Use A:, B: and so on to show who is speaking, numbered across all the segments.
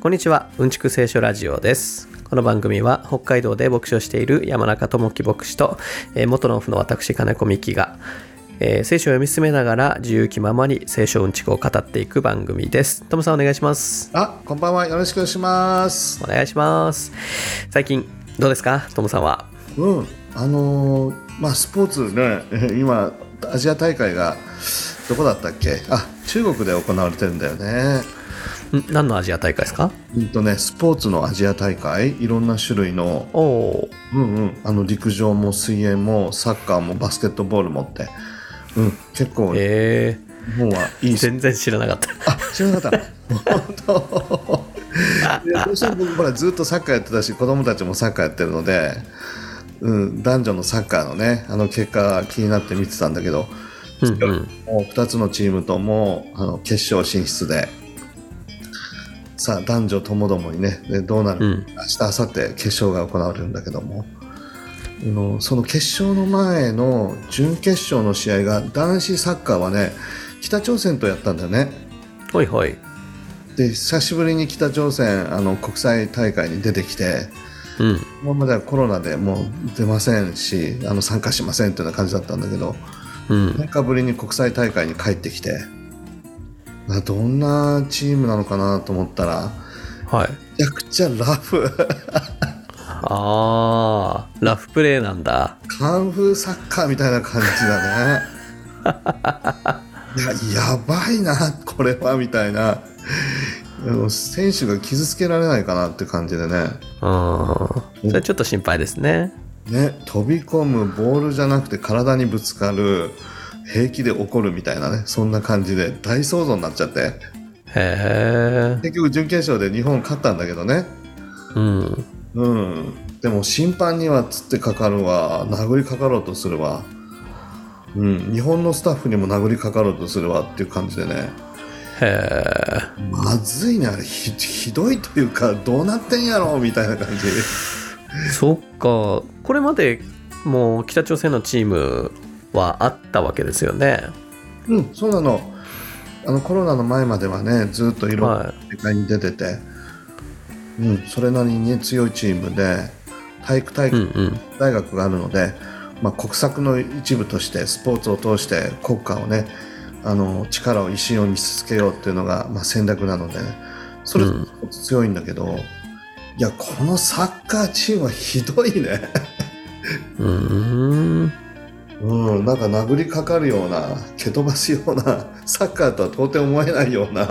A: こんにちはうんちく聖書ラジオですこの番組は北海道で牧師をしている山中智樹牧師と、えー元のオフの私金子美希が、えー聖書を読み進めながら自由気ままに聖書うんちくを語っていく番組ですトムさんお願いします
B: あ、こんばんは。よろしくお願いします。
A: お願いします最近どうですかトムさんは
B: うん、あのーまあスポーツね、 え今アジア大会がどこだったっけ？あ、中国で行われてるんだよね。
A: ん何のアジア大会ですか
B: うんとね、スポーツのアジア大会、いろんな種類の、
A: おお
B: うんうん、あの陸上も水泳もサッカーもバスケットボールもって、うん、結構日
A: え
B: 本はい
A: ー、
B: い。
A: 全然知らなか った
B: あ、知らなかった。本 当。いやどうしても僕ほらずっとサッカーやってたし子供たちもサッカーやってるので、うん、男女のサッカーのねあの結果気になって見てたんだけど
A: うんうん
B: もう2つのチームともあの決勝進出でさあ男女ともどもにねでどうなるか、
A: うん
B: 明日明後日決勝が行われるんだけどもあのその決勝の前の準決勝の試合が男子サッカーはね北朝鮮とやったんだよね。
A: ほいほい
B: で久しぶりに北朝鮮あの国際大会に出てきて
A: うん
B: 今まではコロナでもう出ませんしあの参加しませんというような感じだったんだけど
A: うん
B: 中ぶりに国際大会に帰ってきてなどんなチームなのかなと思ったら
A: はい
B: めちゃくちゃラフ
A: あーラフプレーなんだ
B: カンフーサッカーみたいな感じだねいややばいなこれはみたいなあの選手が傷つけられないかなって感じでね
A: うんそれちょっと心配ですね
B: ね、飛び込むボールじゃなくて体にぶつかる平気で怒るみたいなねそんな感じで大騒動になっちゃって
A: へえ
B: 結局準決勝で日本勝ったんだけどね
A: うん
B: うんでも審判にはつってかかるわ殴りかかろうとするわうん日本のスタッフにも殴りかかろうとするわっていう感じでね
A: へえ
B: まずいねあれひひどいというかどうなってんやろみたいな感じ
A: そっかこれまでもう北朝鮮のチームはあったわけですよね
B: うんそうなのあのコロナの前まではねずっといろんな
A: は
B: 世界に出てて、うん、それなりに、ね、強いチームで体育大
A: いうん
B: 学
A: うん
B: 大学があるので、まあ、国策の一部としてスポーツを通して国家をねあの力を一心を見せつけようっていうのが、まあ、戦略なので、ね、それ
A: うん
B: 強いんだけど、いやこのサッカーチームはひどいね、
A: うーん
B: うん、なんか殴りかかるような蹴飛ばすようなサッカーとは到底思えないよ うな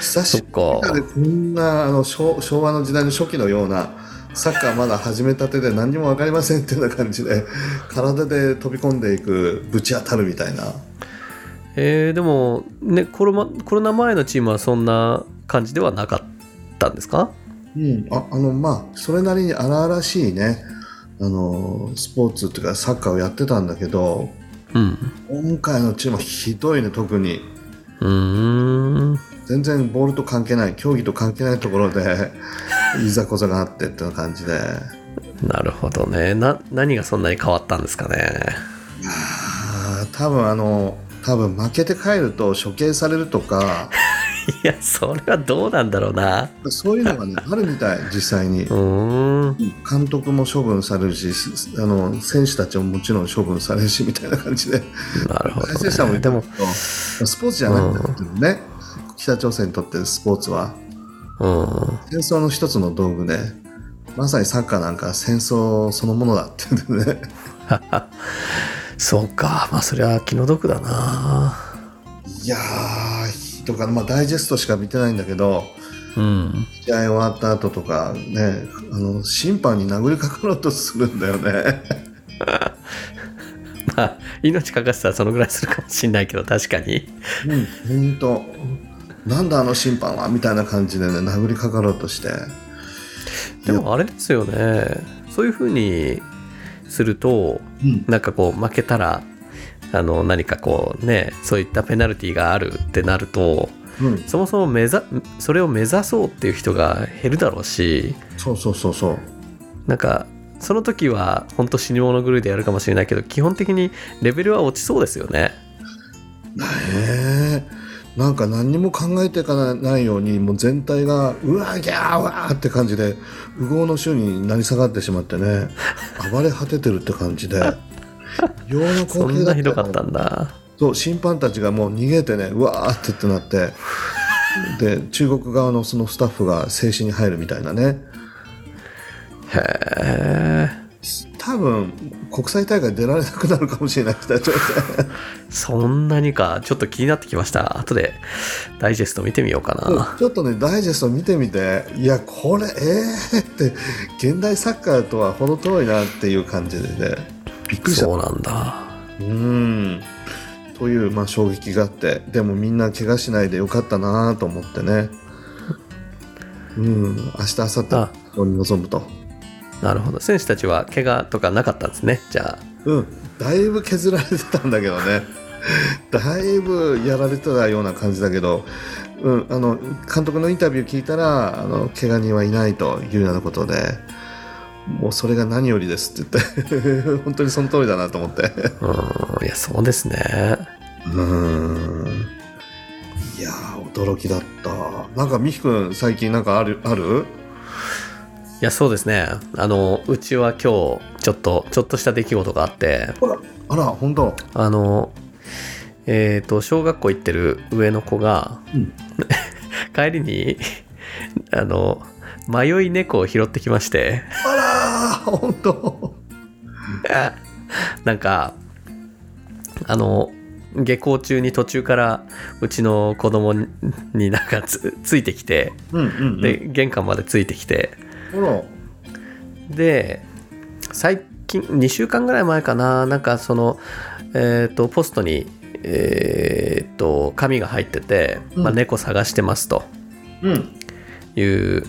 B: 久しぶり
A: そっか
B: なんでこんなあの昭昭和の時代の初期のようなサッカーまだ始めたてで何にも分かりませんっていうような感じで 体で飛び込んでいくぶち当たるみたいな
A: えー、でもねコロマコロナ前のチームはそんな感じではなかったんですか
B: うん、ああのまあそれなりに荒々しいねあのスポーツっていうかサッカーをやってたんだけど
A: うん
B: 今回のチームはひどいね特に
A: うーん
B: 全然ボールと関係ない競技と関係ないところでいざこざがあってっていう感じで
A: なるほどねな何がそんなに変わったんですかね
B: あー多分あの多分負けて帰ると処刑されるとか
A: いやそれはどうなんだろうな
B: そういうのがねあるみたい実際に
A: うーん
B: 監督も処分されるしすあの選手たちももちろん処分されるしみたいな感じで
A: なるほど、
B: 解説者もい
A: ね、
B: た
A: でも、
B: スポーツじゃないんだけどね、北朝鮮にとってスポーツは
A: うん、
B: 戦争の一つの道具でまさにサッカーなんか戦争そのものだって言うんでね
A: そうかまあそれは気の毒だない
B: やーとか、まあ、ダイジェストしか見てないんだけど
A: うん
B: 試合終わった後とかねあの審判に殴りかかろうとするんだよね。
A: まあ命かかせたらそのぐらいするかもしれないけど確かに
B: うん、本当。なんだあの審判はみたいな感じでね殴りかかろうとして
A: でもあれですよねそういうふうにすると
B: うん
A: なんかこう負けたらあの何かこうねそういったペナルティがあるってなると
B: うん
A: そもそも目ざそれを目指そうっていう人が減るだろうし
B: そうそうそうそう
A: なんかその時は本当死に物狂いでやるかもしれないけど基本的にレベルは落ちそうですよね
B: ねえなんか何にも考えていかないようにもう全体がうわギャーわーって感じで右往の衆になり下がってしまってね暴れ果ててるって 感じで洋の
A: そ
B: 光
A: ん
B: 景
A: な
B: だった
A: ひ
B: よ
A: どかったんだ
B: そう審判たちがもう逃げてねうわーってってなってで中国側のそのスタッフが制止に入るみたいなね
A: へえ
B: 多分国際大会出られなくなるかもしれない北朝鮮
A: そんなにかちょっと気になってきました後でダイジェスト見てみようかな
B: ちょっとねダイジェスト見てみていやこれええー、って現代サッカーとは程遠いなっていう感じでねびっくりした
A: そううなんだ
B: んという、まあ、衝撃があってでもみんな怪我しないでよかったなと思ってねうん明日明後日
A: あ
B: に臨むと
A: なるほど選手たちは怪我とかなかったんですねじゃあ
B: うんだいぶ削られてたんだけどね だいぶやられてたような感じだけど、うん、あの監督のインタビュー聞いたらあの怪我人はいないというようなことでもうそれが何よりですって言って 本当にその通りだなと思って
A: うんいやそうですね
B: うんいやー驚きだったなんか美樹くん最近なんかあるある
A: いやそうですねあのうちは今日ちょっとちょっとした出来事があって
B: あら本当
A: あのえっ、と小学校行ってる上の子が、
B: うん
A: 帰りにあの迷い猫を拾ってきまして
B: あらー本当
A: なんかあの下校中に途中からうちの子供になんかつついてきて
B: うんうん、うん、
A: で玄関までついてきて
B: ほら
A: で最近2週間ぐらい前かななんかそのえっ、とポストにえっ、と紙が入ってて、まあ、
B: うん
A: 猫探してますと
B: うん
A: いう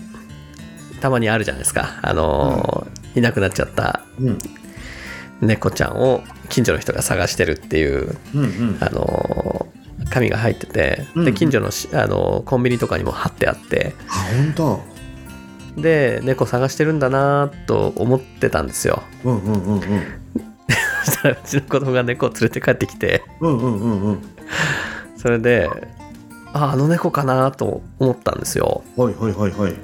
A: たまにあるじゃないですかあのー、いなくなっちゃった
B: うん
A: 猫ちゃんを近所の人が探してるっていう
B: うんうん
A: あのー紙が入ってて
B: うんう
A: で
B: ん
A: 近所のし、あのーコンビニとかにも貼ってあって
B: あ本当
A: で猫探してるんだなと思ってたんですよ
B: うんうんうんうん
A: そしたらうちの子供が猫を連れて帰ってきて
B: うんうんうんうん
A: それでああの猫かなと思ったんですよ
B: はいはいはいはい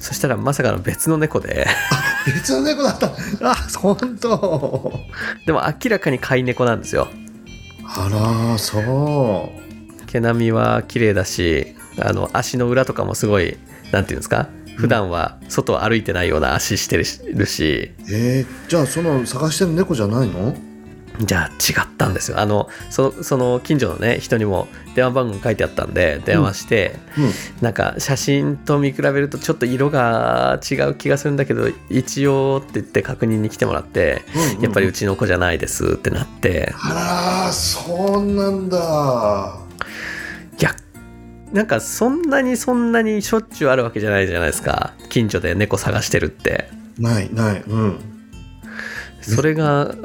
A: そしたらまさかの別の猫で
B: 別の猫だった あ本当
A: でも明らかに飼い猫なんですよ
B: あらそ
A: 毛並みは綺麗だしあの足の裏とかもすごいなんていうんですか普段は外を歩いてないような足してるしるし
B: うえー、じゃあその探してる猫じゃないの
A: じゃあ違ったんですよあのそその近所のね人にも電話番号書いてあったんで電話して、なんか写真と見比べるとちょっと色が違う気がするんだけど一応って言って確認に来てもらって、
B: うんうん
A: やっぱりうちの子じゃないですってなって
B: あらそうなんだ
A: いやなんかそんなにそんなにしょっちゅうあるわけじゃないじゃないですか近所で猫探してるって
B: ないないうん
A: それが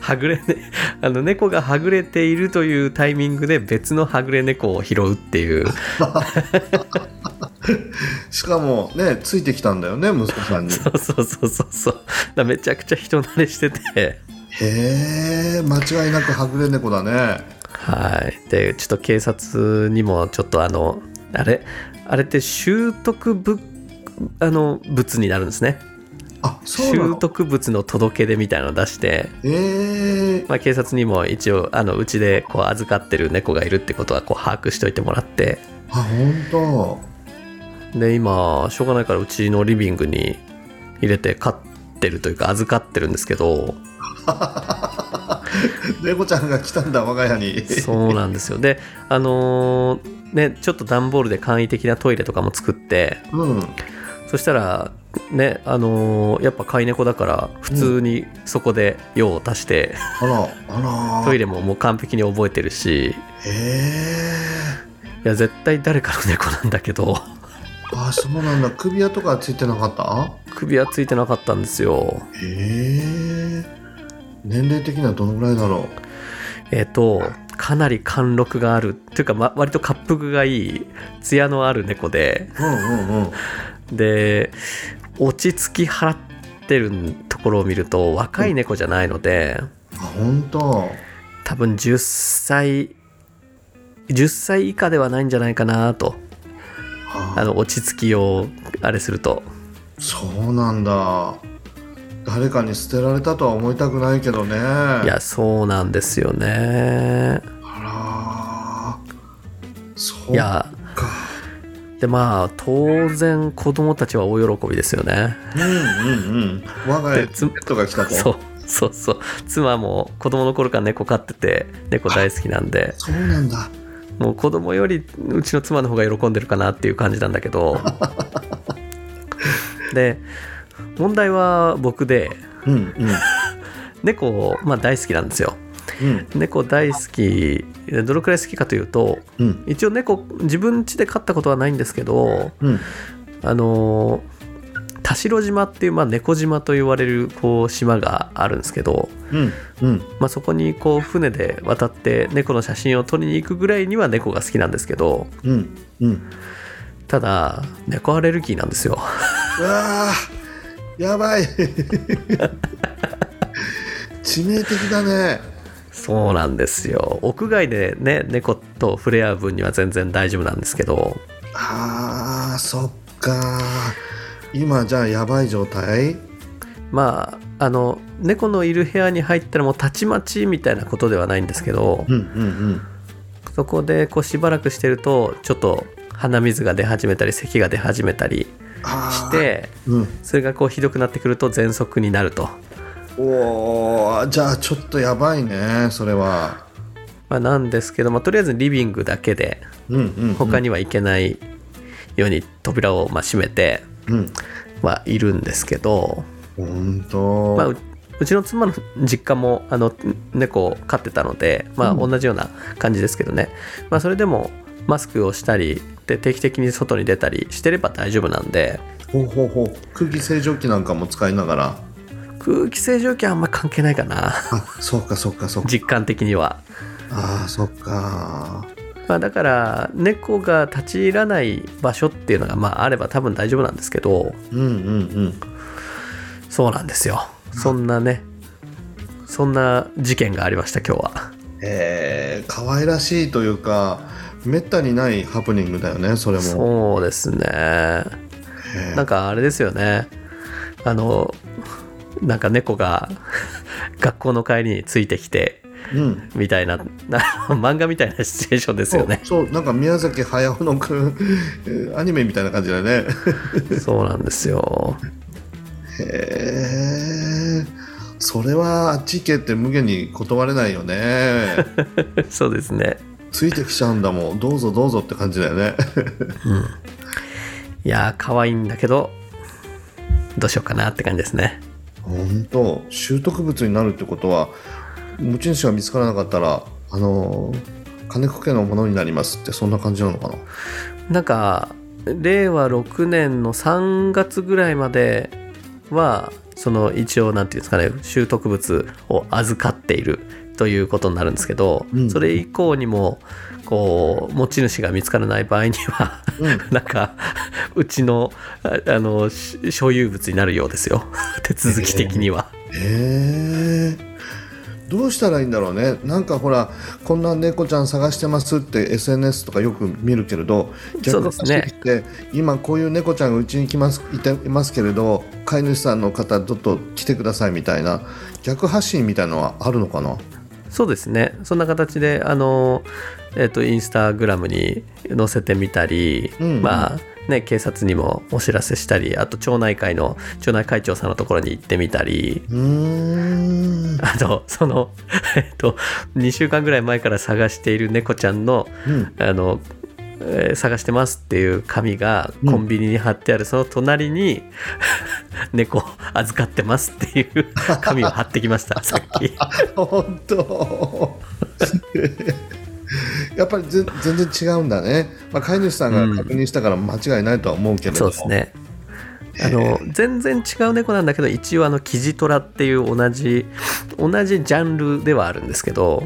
A: はぐれねあの猫がはぐれているというタイミングで別のはぐれ猫を拾うっていう
B: しかもねついてきたんだよね息子さんに
A: そうそうそうそうそうだからめちゃくちゃ人慣れしてて
B: へえ間違いなくはぐれ猫だね
A: はいでちょっと警察にもちょっとあのあれあれって拾得物あの物になるんですね
B: あそうな
A: 拾
B: の
A: 得物の届け出みたいなのを出して、
B: えー、
A: まあ、警察にも一応あのうちでこう預かってる猫がいるってことはこう把握しておいてもらって
B: あ本
A: で今しょうがないからうちのリビングに入れて飼ってるというか預かってるんですけど
B: 当猫ちゃんが来たんだ我が家に
A: そうなんですよであのーねちょっと段ボールで簡易的なトイレとかも作って
B: うん
A: そしたらねあのーやっぱ飼い猫だから普通にそこで用を足して、
B: あらあら
A: トイレももう完璧に覚えてるし
B: へえ
A: いや絶対誰かの猫なんだけど
B: あそうなんだ首輪とかついてなかった
A: 首はついてなかったんですよ
B: へえ年齢的にはどのぐらいだろ
A: えっ、とかなり貫禄があるというか、ま、割と滑覆がいい艶のある猫で
B: ううんうんうん
A: で落ち着き払ってるところを見ると若い猫じゃないので、
B: あ本当
A: 多分10歳10歳以下ではないんじゃないかなとあの落ち着きをあれすると
B: そうなんだ誰かに捨てられたとは思いたくないけどねい
A: いやそうなんですよね
B: あらそう
A: いやでまあ当然子供たちは大喜びですよね
B: うんうんうん我が家にペ
A: でつ
B: ットが来たと
A: そうそうそう妻も子供の頃から猫飼ってて猫大好きなんで
B: そうなんだ
A: もう子供よりうちの妻の方が喜んでるかなっていう感じなんだけどで問題は僕で
B: うんうん
A: 猫、まあ、大好きなんですよ
B: うん
A: 猫大好きどのくらい好きかというと
B: うん
A: 一応猫自分家で飼ったことはないんですけど
B: うん
A: あの田代島っていう、まあ、猫島と言われるこう島があるんですけど、
B: うんうん
A: まあ、そこにこう船で渡って猫の写真を撮りに行くぐらいには猫が好きなんですけど
B: うんうん
A: ただ猫アレルギーなんですよ
B: うわーやばい 致命的だね
A: そうなんですよ屋外でね猫と触れ合う分には全然大丈夫なんですけど
B: あーそっか今じゃあやばい状態
A: まああの猫のいる部屋に入ったらもうたちまちみたいなことではないんですけど
B: うんうん
A: そこでこうしばらくしてるとちょっと鼻水が出始めたり咳が出始めたり
B: うんあー
A: して
B: うん
A: それがこうひどくなってくると喘息になると、
B: おーじゃあちょっとやばいねそれは
A: まあ、なんですけど、まあ、とりあえずリビングだけで
B: うんうん
A: 他には行けないように扉をまあ閉めて
B: うん
A: はいるんですけど、
B: 本当
A: まあ、ううちの妻の実家もあの猫を飼ってたので、まあ、
B: うん
A: 同じような感じですけどね、まあ、それでもマスクをしたりで定期的に外に出たりしてれば大丈夫なんで
B: ほうほうほう空気清浄機なんかも使いながら
A: 空気清浄機はあんま関係ないかな
B: あそうかそうかそうか
A: 実感的には、
B: あーそっか
A: まあ、だから猫が立ち入らない場所っていうのがまああれば多分大丈夫なんですけど
B: うんうんうん
A: そうなんですよそんなねそんな事件がありました今日は
B: えー、可愛らしいというかめったにないハプニングだよねそれも
A: そうですね
B: えー
A: なんかあれですよねあのなんか猫が学校の帰りについてきて
B: うん
A: みたいな な漫画みたいなシチュエーションですよね
B: そうそうなんか宮崎駿のく んえーアニメみたいな感じだね
A: そうなんですよ
B: へえそれはあっち行けって無限に断れないよね
A: そうですね
B: ついてきちゃうんだもんどうぞどうぞって感じだよね
A: いやー可愛いんだけどどうしようかなって感じですね
B: 本当拾得物になるってことは持ち主が見つからなかったらあのー金子家のものになりますってそんな感じなのかな
A: なんか令和6年の3月ぐらいまではその一応なんていうんですかね拾得物を預かっているということになるんですけど、
B: うん
A: それ以降にもこう持ち主が見つからない場合には
B: うん
A: なんかうちのああのし所有物になるようです よ手続き的には。
B: へえどうしたらいいんだろうねなんかほらこんな猫ちゃん探してますって SNS とかよく見るけれど
A: そう
B: 逆
A: で
B: に
A: すね
B: 走ってきて、今こういう猫ちゃんがうちに来ますいていますけれど飼い主さんの方ちょっと来てくださいみたいな逆発信みたいのはあるのかな
A: そうですねそんな形であの、えっとインスタグラムに載せてみたり、
B: うんうん
A: まあね、警察にもお知らせしたりあと町内会の町内会長さんのところに行ってみたり
B: うーん
A: あとその、 えっと2週間ぐらい前から探している猫ちゃんの
B: うん
A: あの、えー探してますっていう紙が
B: うん
A: コンビニに貼ってあるその隣に、 猫預かってますっていう 紙を貼ってきましたさっき。
B: 本当 やっぱり全全然違うんだね、まあ、飼い主さんが確認したから間違いないとは思うけれど、
A: そうですね。あの全然違う猫なんだけど一応あのキジトラっていう同じ同じジャンルではあるんですけど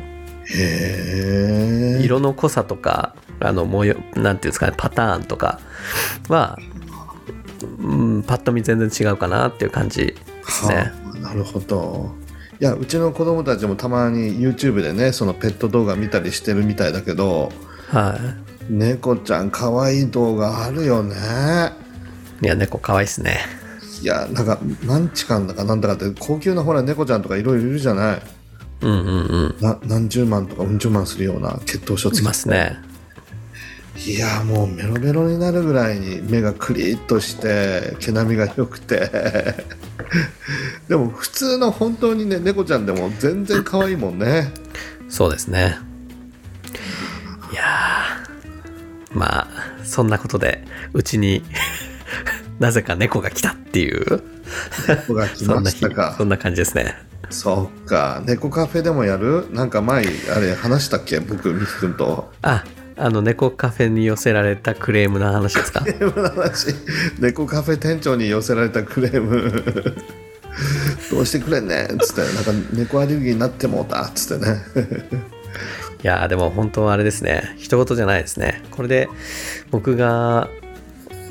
B: へえ。
A: 色の濃さとかあの模様なんていうんですかねパターンとかは、うん、パッと見全然違うかなっていう感じですね。
B: はあなるほど。いやうちの子供たちもたまに YouTube でねそのペット動画見たりしてるみたいだけど
A: はい
B: 猫ちゃん可愛い動画あるよね
A: いや猫可愛いっすね
B: いやなんか何ちかんだかなんだかって高級なほら猫ちゃんとかいろいろいるじゃない
A: うんうんうん
B: な何十万とかうん十万するような血統書
A: い
B: 付
A: ますね
B: きいやもうメロメロになるぐらいに目がクリッとして毛並みが良くて でも普通の本当にね猫ちゃんでも全然可愛いもんね
A: そうですねいやーまあそんなことでうちに なぜか猫が来たっていう
B: 猫が来
A: そん
B: ま
A: な
B: し
A: 日
B: たか
A: そんな感じですね
B: そっか猫カフェでもやるなんか前あれ話したっけ僕ミキ君と
A: ああの猫カフェに寄せられたクレームの話ですか
B: クレームの話猫カフェ店長に寄せられたクレーム どうしてくれんねんっつってなんか猫アレルギーになってもうたっつってね
A: いやーでも本当はあれですね一言じゃないですねこれで僕が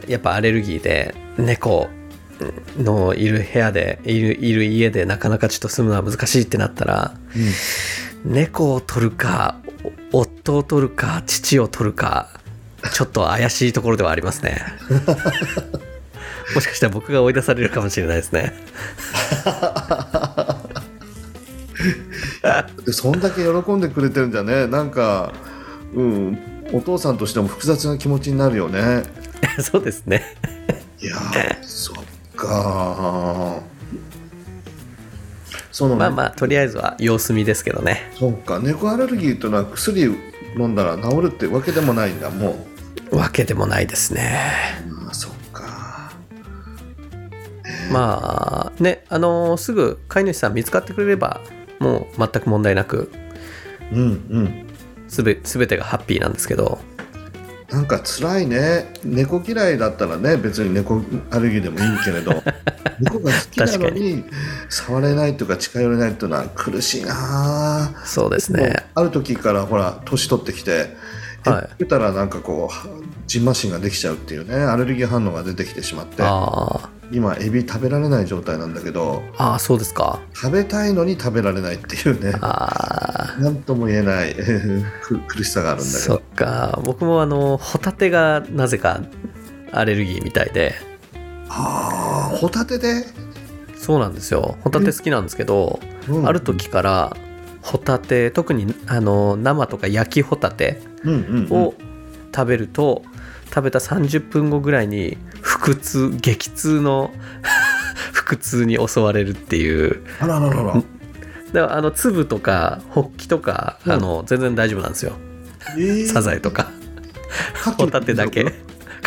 A: やっぱアレルギーで猫のいる部屋でいるいる家でなかなかちょっと住むのは難しいってなったら、猫を取るかお夫を取るか父を取るかちょっと怪しいところではありますねもしかしたら僕が追い出されるかもしれないですね
B: でそんだけ喜んでくれてるんじゃねなんかうんお父さんとしても複雑な気持ちになるよね
A: そうですね
B: いやーそっかーその、ね
A: まあまあとりあえずは様子見ですけどね
B: そうか猫アレルギーというのは薬飲んだら治るってわけでもないんだもう
A: わけでもないですね
B: あーそっか
A: まあねあのーすぐ飼い主さん見つかってくれればもう全く問題なく
B: うんうん
A: すべ全てがハッピーなんですけど
B: なんか辛いね猫嫌いだったらね別に猫アレルギーでもいいけれ ど猫が好きなの
A: 確か
B: に触れないとか近寄れないというのは苦しいなあ
A: そうです
B: もう
A: ね
B: ある時からほら年取ってきて減
A: はい
B: ってたらなんかこうじんましんができちゃうっていうねアレルギー反応が出てきてしまって
A: あ
B: 今エビ食べられない状態なんだけど
A: ーあーそうですか
B: 食べたいのに食べられないっていうね
A: あ
B: なんとも言えない く苦しさがある
A: ー
B: んだけ
A: そ
B: ど
A: っか僕もあのホタテがなぜかアレルギーみたいで
B: ああホタテで
A: そうなんですよホタテ好きなんですけど、
B: うん
A: ある時からホタテ特にあの生とか焼きホタテ
B: うんうんうん
A: を食べると、食べた30分後ぐらいに腹痛激痛の 腹痛に襲われるっていう
B: あららら
A: だ
B: ら。
A: からあの粒とかホッキとか、
B: うん
A: あの全然大丈夫なんですよ
B: えー
A: サザエとか
B: 牡蠣
A: ホタテだけ牡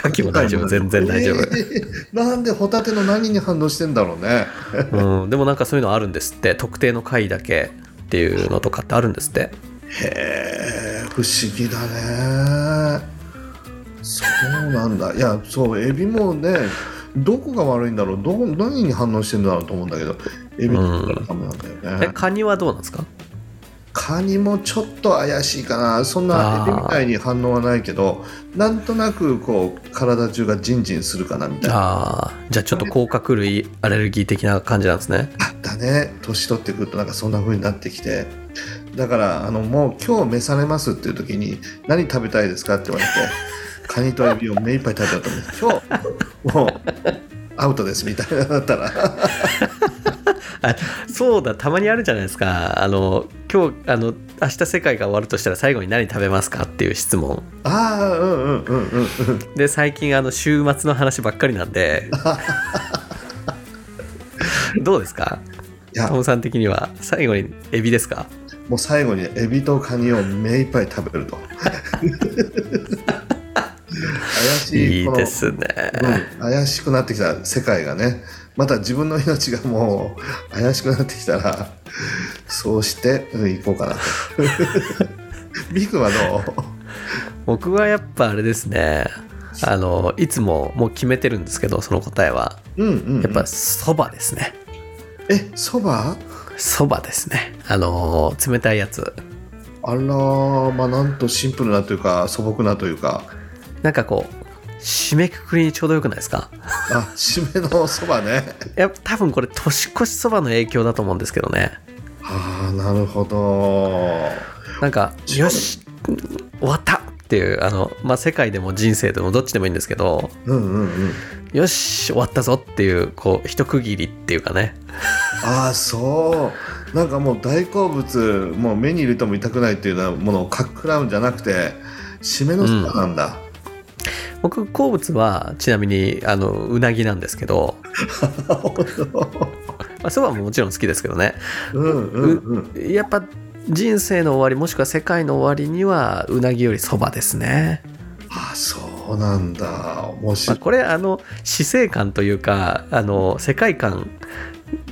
A: 蠣も大丈夫全然大丈夫、
B: えーなんでホタテの何に反応してんだろうね。
A: うん、でもなんかそういうのあるんですって特定の貝だけっていうのとかってあるんですって
B: へえ、不思議だね。そうなんだ。いや、そう、エビもね、どこが悪いんだろう、どこ何に反応してんだろうと思うんだけど、エビのダメなんだよね。
A: えカニはどうなんですか
B: カニもちょっと怪しいかな。そんなエビみたいに反応はないけど、なんとなくこう体中がジンジンするかなみたいな。
A: ああじゃあちょっと甲殻類アレルギー的な感じなんですね
B: だね年取ってくるとなんかそんな風になってきてだからあのもう今日召されますっていう時に何食べたいですかって言 われてカニとエビを目いっぱい食べたと思って今日もうアウトですみたいなのだったら
A: あそうだたまにあるじゃないですかあの今日あの明日世界が終わるとしたら最後に何食べますかっていう質問
B: ああうんうんうんうんうん
A: で最近あの週末の話ばっかりなん でどうですか
B: いや
A: トムさん的には最後にエビですか
B: もう最後にエビとカニを目いっぱい食べ ると怪しい
A: いい
B: この
A: ですね
B: うん怪しくなってきた世界がねまた自分の命がもう怪しくなってきたらそうしてうん行こうかなと ビクはど
A: 僕はやっぱあれですねあのいつももう決めてるんですけどその答えは
B: ううんうん、うん、
A: やっぱそばですね
B: えそば
A: そばですねあの冷たいやつ
B: あらーまあなんとシンプルなというか素朴なというか
A: なんかこう締めくくりにちょうどよくないですか
B: あ締めのそばね
A: いや多分これ年越しそばの影響だと思うんですけどね
B: ああなるほど
A: なんか
B: そう
A: よし終わったっていうあの、まあ、世界でも人生でもどっちでもいいんですけど
B: うんうんうん
A: よし終わったぞっていうこう一区切りっていうかね
B: ああそうなんかもう大好物もう目に入れても痛くないっていうようなものをかっくらうんじゃなくて締めのスパなんだ、
A: 僕好物はちなみにあのうなぎなんですけど、まあ、そばももちろん好きですけどね
B: うんうんうん
A: やっぱ人生の終わりもしくは世界の終わりにはうなぎよりそばですね、
B: ああそうなんだ面
A: ま
B: 白
A: あ、
B: い、
A: これあの死生観というかあの世界観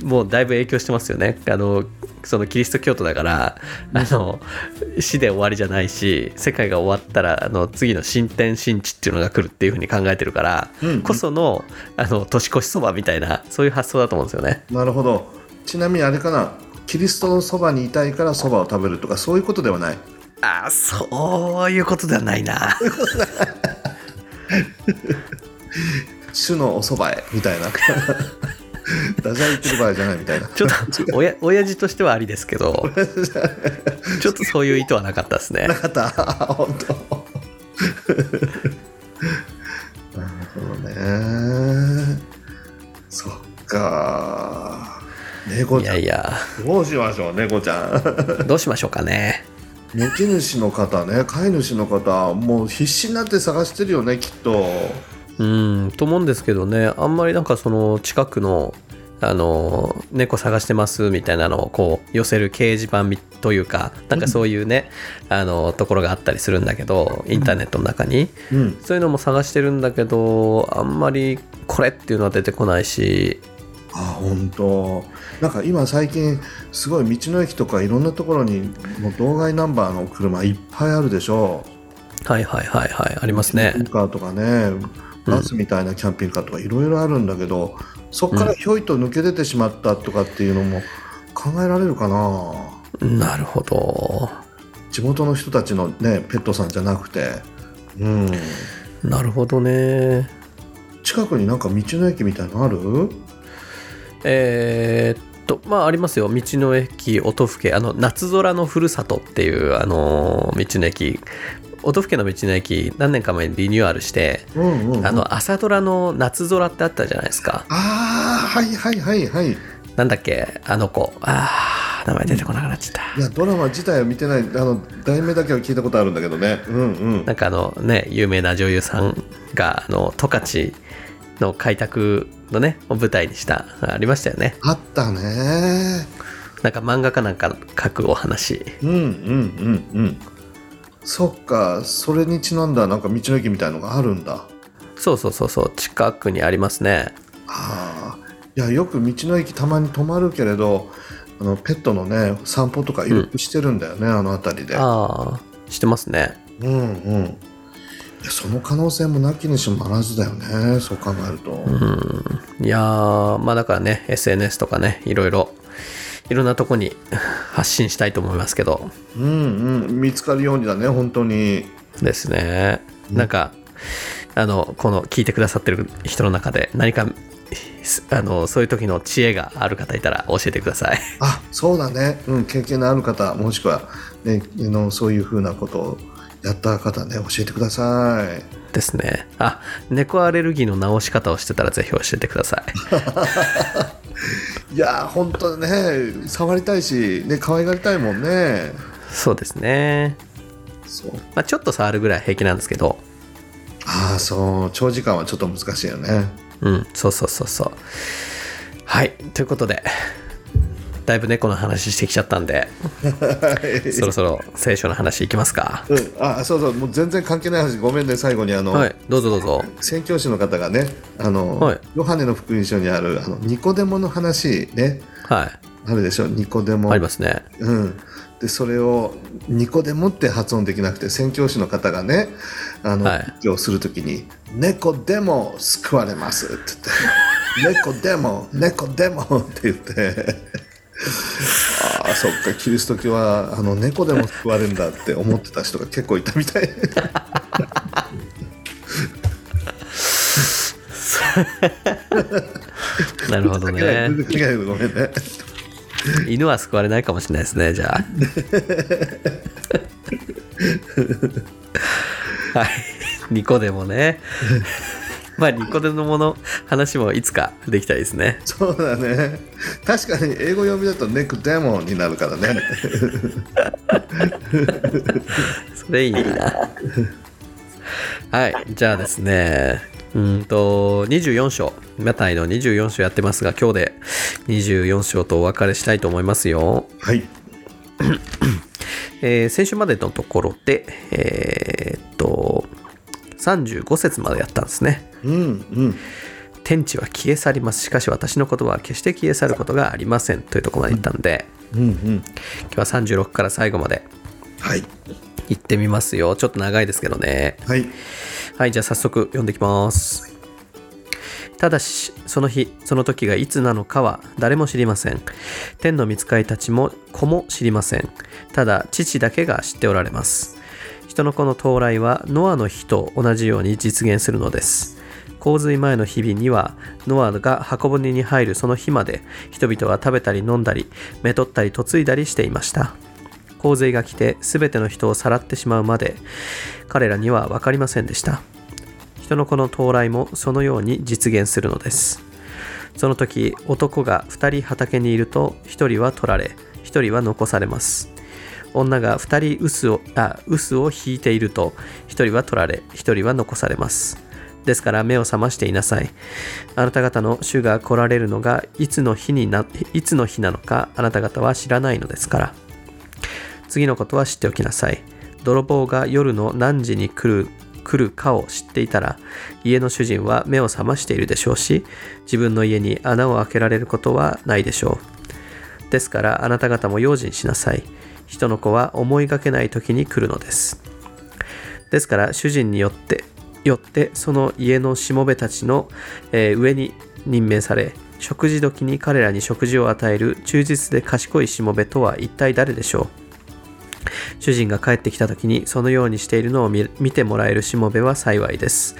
A: もだいぶ影響してますよねあのそのキリスト教徒だからあの死で終わりじゃないし世界が終わったらあの次の新天新地っていうのが来るっていうふうに考えてるから、
B: うん
A: こそのあの年越しそばみたいなそういう発想だと思うんですよね。
B: なるほどちなみにあれかなキリストのそばにいたいからそばを食べるとかそういうことではない
A: あーそういうことではないな。
B: 主のおそばへみたいな ダジャレ言ってる場合じゃないみたいな
A: ちょっと親親父としてはありですけ どちょっとそういう意図はなかったですね
B: なかった 本当なるほどねそっか猫
A: い
B: ちゃ
A: や
B: ん
A: いや
B: どうしましょう猫ち ゃん
A: どうしましょうかね
B: 持ち主の方ね飼い主の方もう必死になって探してるよねきっと
A: うんと思うんですけどねあんまりなんかその近くのあの猫探してますみたいなのをこう寄せる掲示板みというかなんかそういうね、あのところがあったりするんだけどインターネットの中に、
B: うん
A: そういうのも探してるんだけどあんまりこれっていうのは出てこないし
B: あ本当なんか今最近すごい道の駅とかいろんなところにもう道外ナンバーの車いっぱいあるでしょ
A: はいはいはいはいあります
B: キャ
A: ね
B: ンピングカーとかねバスみたいなキャンピングカーとかいろいろあるんだけど、そこからひょいと抜け出てしまったとかっていうのも考えられるかな
A: なるほど
B: 地元の人たちのねペットさんじゃなくてうん
A: なるほどね
B: 近くになんか道の駅みたいのある
A: えーっとまあありますよ道の駅音更あの夏空のふるさとっていうあのー道の駅音更の道の駅何年か前にリニューアルして
B: うんうん、うん、
A: あの朝ドラの夏空ってあったじゃないですか
B: あーはいはいはいはいい
A: なんだっけあの子あー名前出てこなくなっちゃった
B: やドラマ自体は見てないあの題名だけは聞いたことあるんだけどねうんうん
A: なんかあのね有名な女優さんがあの十勝の開拓のねを舞台にしたありましたよね
B: あったね
A: なんか漫画かなんか書くお話
B: うんうんうんうんそっかそれにちなんだなんか道の駅みたいのがあるんだ
A: そうそうそうそう近くにありますね
B: あーいやよく道の駅たまに泊まるけれどあのペットのね散歩とかよくしてるんだよね、あの辺りで
A: ああしてますね
B: うんうんいやその可能性もなきにしもあらずだよねそう考えると、
A: いやーまあだからね SNS とかねいろいろいろんなとこに 発信したいと思いますけど
B: うんうん見つかるようにだね本当に
A: ですねなんかあのこの聞いてくださってる人の中で何かすあのそういう時の知恵がある方いたら教えてください
B: あそうだね、うん、経験のある方もしくは、ね、あのそういうふうなことをやった方ね教えてください
A: ですねあ猫アレルギーの治し方をしてたらぜひ教えてください
B: いやー本当ね触りたいしね可愛がりたいもんね
A: そうですね、
B: そう
A: まあ、ちょっと触るぐらい平気なんですけど
B: ああそう長時間はちょっと難しいよね
A: うん、そうそうそうそう。はい、ということで、だいぶ猫の話してきちゃったんで、そろそろ聖書の話いきますか。
B: うん、あそうそうもう全然関係ない話ごめんね最後にあの、
A: はい、どうぞどうぞ。
B: 宣教師の方がねあの、
A: はい
B: ヨハネの福音書にあるあのニコデモの話ね
A: はい、
B: あるでしょニコデモ
A: ありますね。
B: うん、でそれをニコデモって発音できなくて宣教師の方がねあの、
A: はい
B: をするときに「猫でも救われます」って言 って「猫でも猫でも」って言ってああそっかキリスト教はあの猫でも救われるんだって思ってた人が結構いたみたい
A: なるほどね。
B: ごめんね
A: 犬は救われないかもしれないですね、じゃあ。はい。2個でもね。まあ、2個でのもの話もいつかできたいですね。
B: そうだね確かに英語読みだとネックデモンになるからね
A: それいいな。はい。じゃあですね。うーんと、24章。マタイの24章やってますが、今日で24章とお別れしたいと思いますよ。
B: はい
A: えー先週までのところで、えーっと、35節までやったんですね。
B: うんうん
A: 天地は消え去ります。しかし私の言葉は決して消え去ることがありません。というところまで行ったんで、
B: うんうん
A: 今日は36から最後まで
B: はい
A: 行ってみますよ。ちょっと長いですけどね。
B: はい
A: はい、じゃあ早速読んできます。ただし、その日、その時がいつなのかは誰も知りません。天の御使いたちも子も知りません。ただ、父だけが知っておられます。人の子の到来はノアの日と同じように実現するのです。洪水前の日々にはノアが箱舟に入るその日まで人々は食べたり飲んだりめとったり嫁いだりしていました。洪水が来て全ての人をさらってしまうまで彼らには分かりませんでした人の子の到来もそのように実現するのですその時男が2人畑にいると1人は取られ1人は残されます女が2人臼をあ臼を引いていると1人は取られ1人は残されますですから目を覚ましていなさいあなた方の主が来られるのがいつの日にないつの日なのかあなた方は知らないのですから次のことは知っておきなさい。泥棒が夜の何時に来る来るかを知っていたら、家の主人は目を覚ましているでしょうし、自分の家に穴を開けられることはないでしょう。ですからあなた方も用心しなさい。人の子は思いがけない時に来るのです。ですから主人によってよってその家のしもべたちの、えー上に任命され食事時に彼らに食事を与える忠実で賢いしもべとは一体誰でしょう主人が帰ってきた時にそのようにしているのを見見てもらえるしもべは幸いです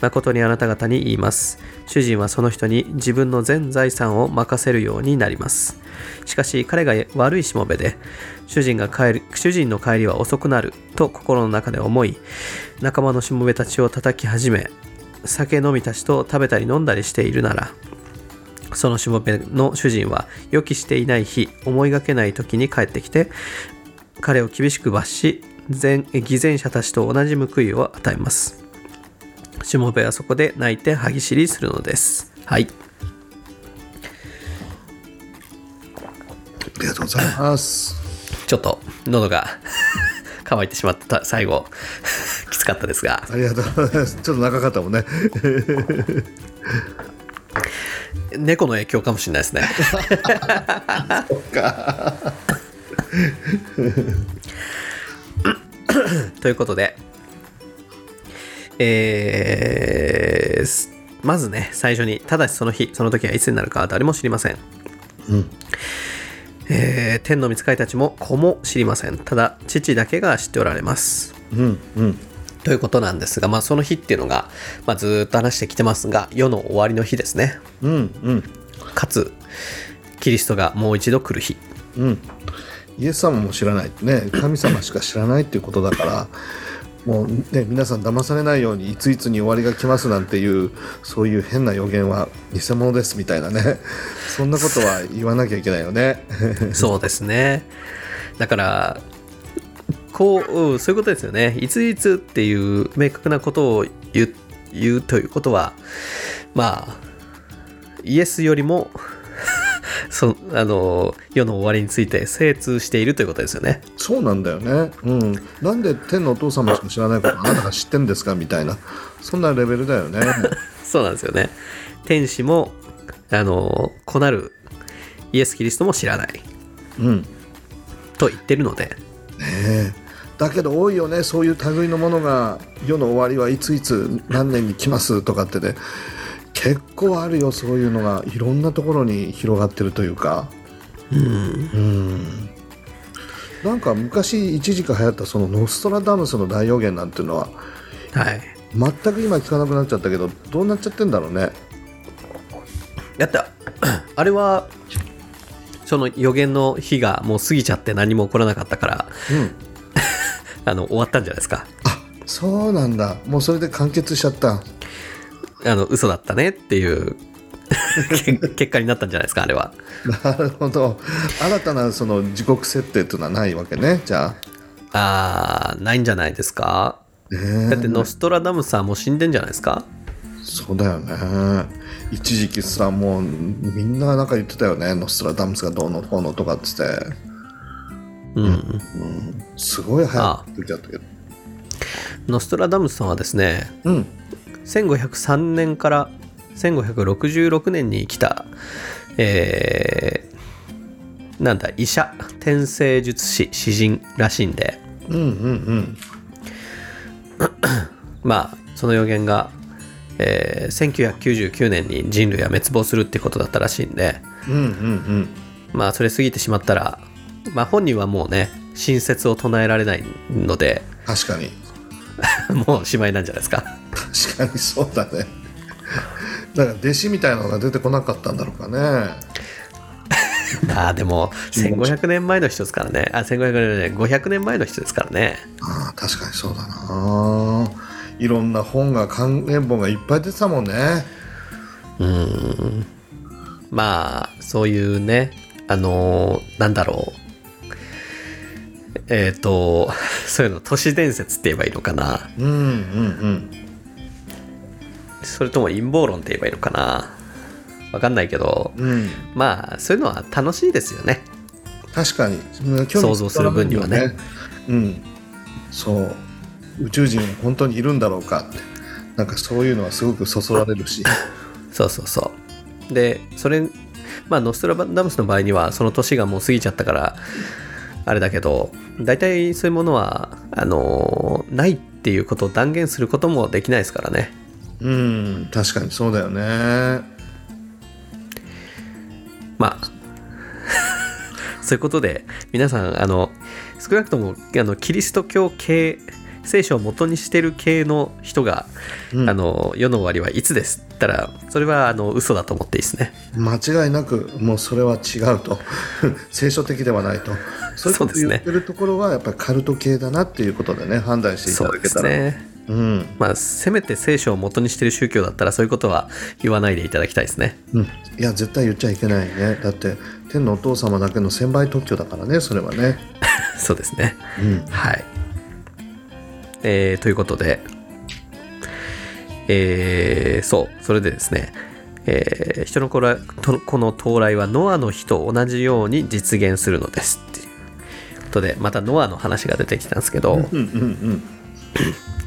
A: 誠にあなた方に言います主人はその人に自分の全財産を任せるようになりますしかし彼が悪いしもべで主人が帰る主人の帰りは遅くなると心の中で思い仲間のしもべたちを叩き始め酒飲みたちと食べたり飲んだりしているならそのしもべの主人は予期していない日思いがけない時に帰ってきて彼を厳しく罰し善偽善者たちと同じ報いを与えますしもべはそこで泣いて歯ぎしりするのですはい
B: ありがとうございます
A: ちょっと喉が 乾いてしまった最後 きつかったですが
B: ありがとうございますちょっと長かったもんね
A: 猫の影響かもしれないですねということでえーすまずね最初にただしその日その時はいつになるかは誰も知りません、えー天の御使いたちも子も知りませんただ父だけが知っておられます
B: うんうん
A: ということなんですが、まあ、その日っていうのが、まあ、ずーっと話してきてますが世の終わりの日ですね
B: うんうん
A: かつキリストがもう一度来る日
B: うん、イエス様も知らないね神様しか知らないっていうことだからもうね皆さん騙されないようにいついつに終わりが来ますなんていうそういう変な予言は偽物ですみたいなねそんなことは言わなきゃいけないよね
A: そうですねだからこううんそういうことですよねいついつっていう明確なことを言う言うということはまあイエスよりも そあの世の終わりについて精通しているということですよね
B: そうなんだよね、うん、なんで天のお父様しか知らないことあなたが知ってんですかみたいなそんなレベルだよね
A: そうなんですよね天使もあの子なるイエス・キリストも知らない
B: うん
A: と言ってるので
B: ねえだけど多いよねそういう類のものが世の終わりはいついつ何年に来ますとかってね結構あるよそういうのがいろんなところに広がってるというかうんなんか昔一時期流行ったそのノストラダムスの大予言なんていうのは
A: はい
B: 全く今聞かなくなっちゃったけどどうなっちゃってんだろうね
A: だって あれはその予言の日がもう過ぎちゃって何も起こらなかったから
B: うん
A: あの終わったんじゃないですか
B: あそうなんだもうそれで完結しちゃった
A: あの嘘だったねっていう 結果になったんじゃないですかあれは
B: なるほど新たなその時刻設定というのはないわけねじゃあ
A: あーないんじゃないですか
B: え
A: だって
B: ー、
A: ノストラダムさんもう死んでんじゃないですか
B: そうだよね一時期さもうみんななんか言ってたよねノストラダムスがどうのこうのとかっつって、
A: うん
B: うん、すごい早く出ちゃったけど
A: ノストラダムスさんはですね
B: うん
A: 1503年から1566年に生きた、えーなんだ医者転生術師詩人らしいんで
B: うんうん
A: まあその予言が、えー1999年に人類は滅亡するってことだったらしいんで
B: うんうんうん
A: まあそれ過ぎてしまったら、まあ、本人はもうね新説を唱えられないので
B: 確かに
A: もうおしまいなんじゃないですか
B: 確かにそうだねだから弟子みたいなのが出てこなかったんだろうかね
A: ああでも1500年前の人ですからねあ1500年500年前の人ですからね
B: ああ確かにそうだないろんな本が関連本がいっぱい出てたもんね
A: うーんまあそういうねあのーなんだろうえっ、と そういうの都市伝説って言えばいいのかな
B: うんうん
A: それとも陰謀論って言えばいいのかなわかんないけど
B: うんうん
A: まあそういうのは楽しいですよね
B: 確かにうん興味
A: 想像する分にはね
B: そこら辺にはねうんそう宇宙人本当にいるんだろうかってなんかそういうのはすごくそそられ るし
A: そうそうそうでそれまあノストラダムスの場合にはその年がもう過ぎちゃったからあれだけど大体そういうものはあのーないっていうことを断言することもできないですからね
B: うん確かにそうだよね
A: まあそういうことで皆さんあの少なくともあのキリスト教系聖書を元にしてる系の人が、
B: うん
A: あの世の終わりはいつですって言ったらそれはあの嘘だと思っていいですね
B: 間違いなくもうそれは違うと 聖書的ではないとそういう
A: そ
B: こと
A: うですね
B: 言ってるところはやっぱりカルト系だなっていうことでね判断していた
A: そ
B: だ
A: う
B: け
A: で
B: た
A: す
B: ら
A: ね
B: うん
A: まあ、せめて聖書を元にしてる宗教だったらそういうことは言わないでいただきたいですね。
B: うん、いや絶対言っちゃいけないねだって天のお父様だけの1000倍特許だからねそれはね
A: そうですね。
B: うん
A: はい。えーということで、えーそう、それでですね、えー人の子らとこの到来はノアの日と同じように実現するのですっていうことで、またノアの話が出てきたんですけど、
B: うんうん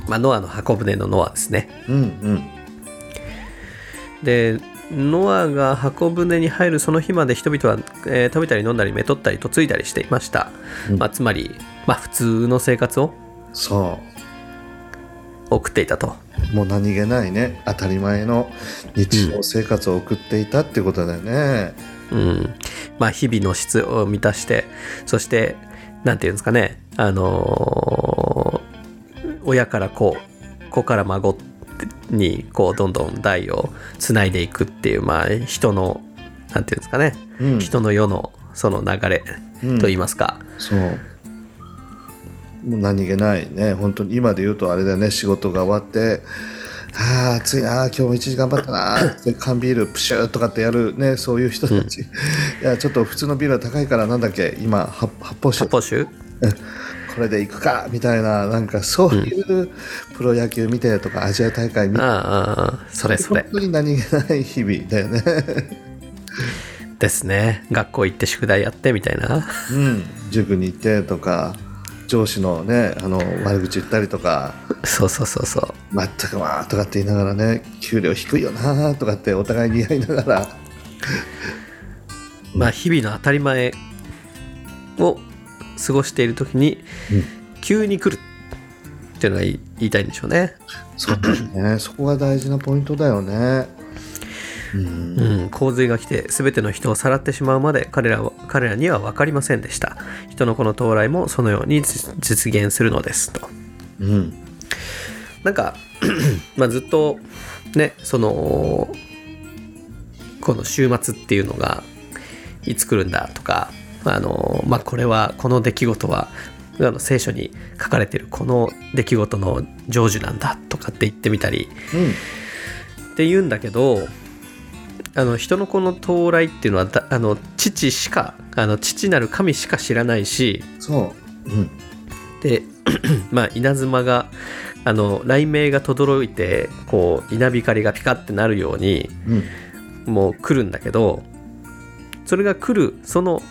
A: まあ、ノアの箱舟のノアですね。
B: うんうん
A: でノアが箱舟に入るその日まで人々は、えー食べたり飲んだりめとったり嫁いだりしていました、
B: うん
A: まあ、つまり、まあ、普通の生活を
B: そ
A: 送っていたと
B: うもう何気ないね当たり前の日常生活を送っていたってことだよね、
A: うんまあ日々の質を満たしてそしてなんていうんですかねあのー親から子子から孫にこうどんどん代をつないでいくっていうまあ人のなんていうんですかね、
B: うん
A: 人の世のその流れ
B: うん
A: といいますか、
B: そうもう何気ないね本当に今で言うとあれだよね仕事が終わってああ暑いな今日も一日頑張ったなで缶ビールプシューとかってやるねそういう人たち、いやちょっと普通のビールは高いからなんだっけ今発発泡酒
A: 発泡酒
B: これで行くかみたいななんかそういうプロ野球見てとかアジア大会見て、
A: ああそれそれ
B: 本当に何気ない日々だよね
A: ですね学校行って宿題やってみたいな
B: うん塾に行ってとか上司のねあの悪口言ったりとか
A: そうそうそうそう
B: まったくまあとかって言いながらね給料低いよなとかってお互いに言い合いながら
A: まあ日々の当たり前を過ごしている時に
B: うん
A: 急に来るっていうのが言い言いたいんでしょうね
B: そうだねそこが大事なポイントだよねうん
A: うん、洪水が来て全ての人をさらってしまうまで彼らは彼らには分かりませんでした人の子の到来もそのように実実現するのですと
B: うん
A: なんか まあずっとねそのこの週末っていうのがいつ来るんだとかあのまあこれはこの出来事はあの聖書に書かれてるこの出来事の成就なんだとかって言ってみたり
B: うん
A: って言うんだけどあの人の子の到来っていうのはだあの父しかあの父なる神しか知らないし
B: そううん
A: で まあ稲妻があの雷鳴が轟いてこう稲光がピカってなるように
B: うん
A: もう来るんだけどそれが来るその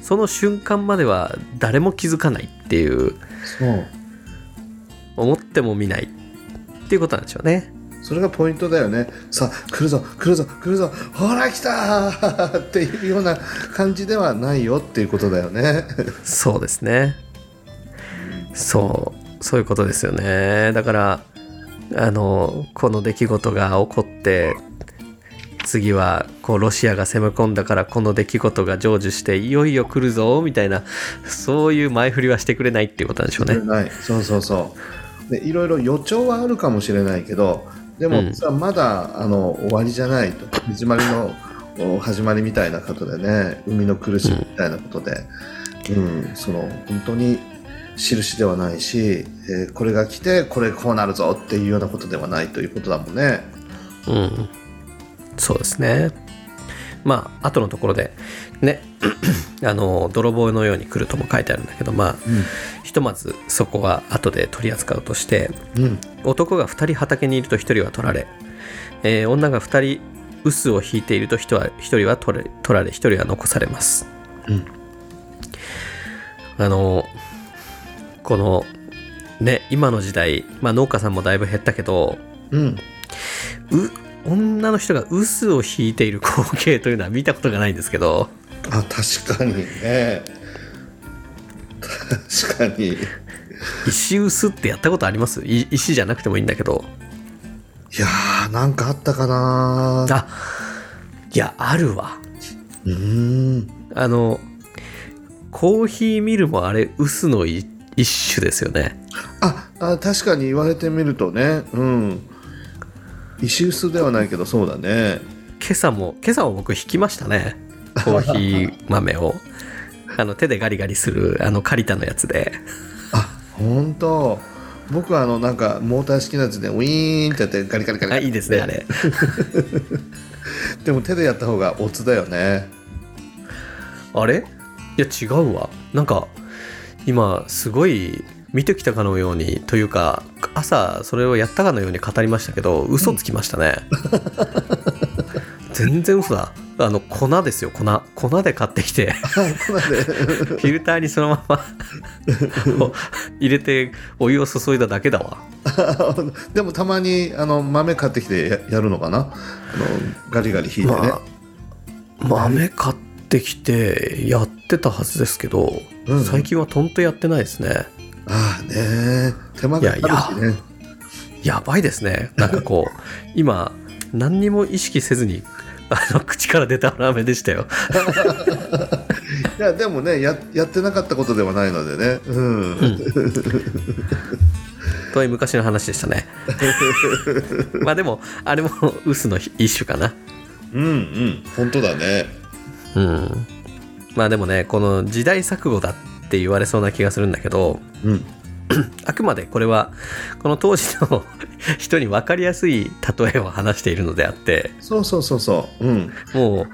A: その瞬間までは誰も気づかないっていう
B: そう
A: 思っても見ないっていうことなんでしょうね
B: それがポイントだよねさあ来るぞ来るぞ来るぞほら来たーっていうような感じではないよっていうことだよね
A: そうですねそうそういうことですよねだからあのこの出来事が起こって次はこうロシアが攻め込んだからこの出来事が成就していよいよ来るぞみたいなそういう前振りはしてくれないっていうことなんでしょうね
B: ないそうそうそうでいろいろ予兆はあるかもしれないけどで
A: う
B: も
A: ん
B: さ、まだあの終わりじゃないと始まりのお始まりみたいなことでね海の苦しみみたいなことで、うんその本当に印ではないし、えーこれが来てこれこうなるぞっていうようなことではないということだもんね。
A: うん、そうですね。まあ、後のところで、ね、 あの、泥棒のように来るとも書いてあるんだけど、まあ、ひとまずそこは後で取り扱うとして、
B: うん、
A: 男が2人畑にいると1人は取られ、えー女が2人臼を引いていると 1, は1人は取れ取られ1人は残されます。
B: うん
A: あのこのね今の時代、まあ、農家さんもだいぶ減ったけど
B: うん
A: う女の人が臼を引いている光景というのは見たことがないんですけど
B: あ確かにね確かにい
A: 石臼ってやったことありますい石じゃなくてもいいんだけど
B: やーなんかあったかな
A: あいやあるわ
B: うーん
A: あのコーヒーミルもあれ臼のい一種ですよね
B: ああ確かに言われてみるとねうん石臼ではないけどそうだね
A: 今朝も今朝も僕引きましたねコーヒー豆を あの手でガリガリするあのカリタのやつで
B: あ本当僕はあのなんかモーター式のやつでウィーンってやってガリガリガリ
A: あいいですねあれ
B: でも手でやった方がオツだよね
A: あれいや違うわなんか今すごい見てきたかのようにというか朝それをやったかのように語りましたけど嘘つきましたね、全然嘘だあの粉ですよ粉粉で買ってきて
B: あこんなん で
A: フィルターにそのま まこう入れてお湯を注いだだけだわ
B: あでもたまにあの豆買ってきてややるのかなあのガリガリ引いて
A: ま
B: ね、
A: あ豆買ってきてやってたはずですけど、
B: うん
A: 最近はとんとやってないですね
B: ああね手間がかかるしね
A: やばいですねなんかこう 今何にも意識せずにあの口から出たラーメンでしたよ
B: いやでもねややってなかったことではないのでねうん、
A: という昔の話でした ねまあでもあれも 臼の一種かな
B: うん、うん本当だね
A: うんまあでもねこの時代錯誤だって言われそうな気がするんだけど
B: うん
A: あくまでこれはこの当時の人に分かりやすい例えを話しているのであって
B: そうそうそうそううん
A: も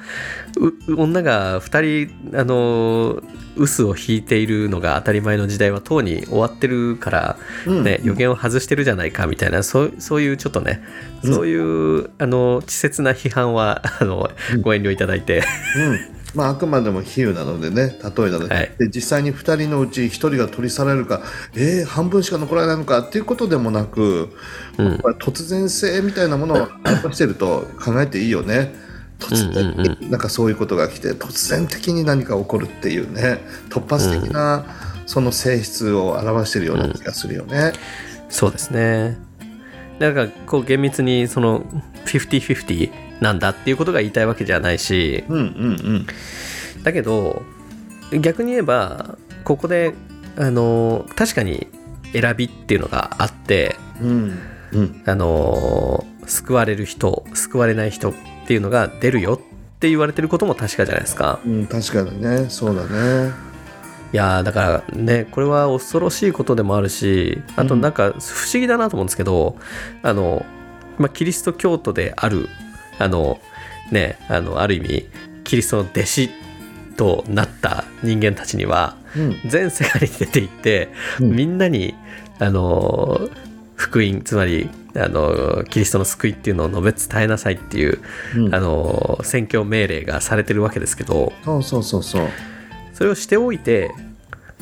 A: うう女が2人あの臼を引いているのが当たり前の時代はとうに終わってるから、
B: うん
A: ね、予言を外してるじゃないかみたいなそうそういうちょっとねそういう、あの稚拙な批判はあのご遠慮いただいて、
B: うんまあ、あくまでも比喩なのでね例えなので,、
A: はい
B: で実際に2人のうち1人が取り去られるかえー、半分しか残らないのかっていうことでもなく、
A: うん
B: まあ突然性みたいなものを 表してると考えていいよね突然的になんかそういうことが来て突然的に何か起こるっていうね突発的なその性質を表してるような気がするよね。
A: そうですねだからこう厳密にその50-50なんだっていうことが言いたいわけじゃないし、
B: うんうん
A: だけど逆に言えばここであの確かに選びっていうのがあって
B: うんうんうん
A: あの救われる人救われない人っていうのが出るよって言われてることも確かじゃないですか
B: うん、確かにねそうだね。
A: いやーだからねこれは恐ろしいことでもあるしあとなんか不思議だなと思うんですけど、あの、まあ、キリスト教徒であるあのねあのある意味キリストの弟子となった人間たちには
B: うん
A: 全世界に出て行って、
B: うん
A: みんなにあの福音つまりあのキリストの救いっていうのを述べ伝えなさいっていう、
B: うん
A: あの宣教命令がされてるわけですけど
B: そうそうそうそう
A: それをしておいて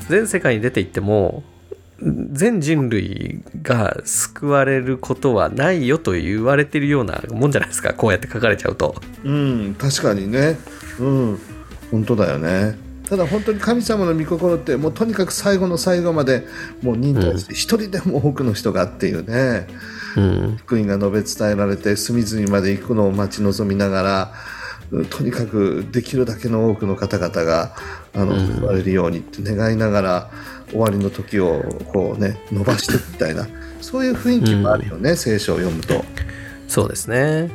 A: 全世界に出ていっても全人類が救われることはないよと言われてるようなもんじゃないですかこうやって書かれちゃうと。
B: うん確かにねうん本当だよねただ本当に神様の御心ってもうとにかく最後の最後までもう忍耐して一人でも多くの人がっていうね、
A: うん
B: 福音が述べ伝えられて隅々まで行くのを待ち望みながらうんとにかくできるだけの多くの方々があの救われるようにって願いながら終わりの時をこうね伸ばしていくみたいなそういう雰囲気もあるよね、聖書を読むと。
A: そうですね、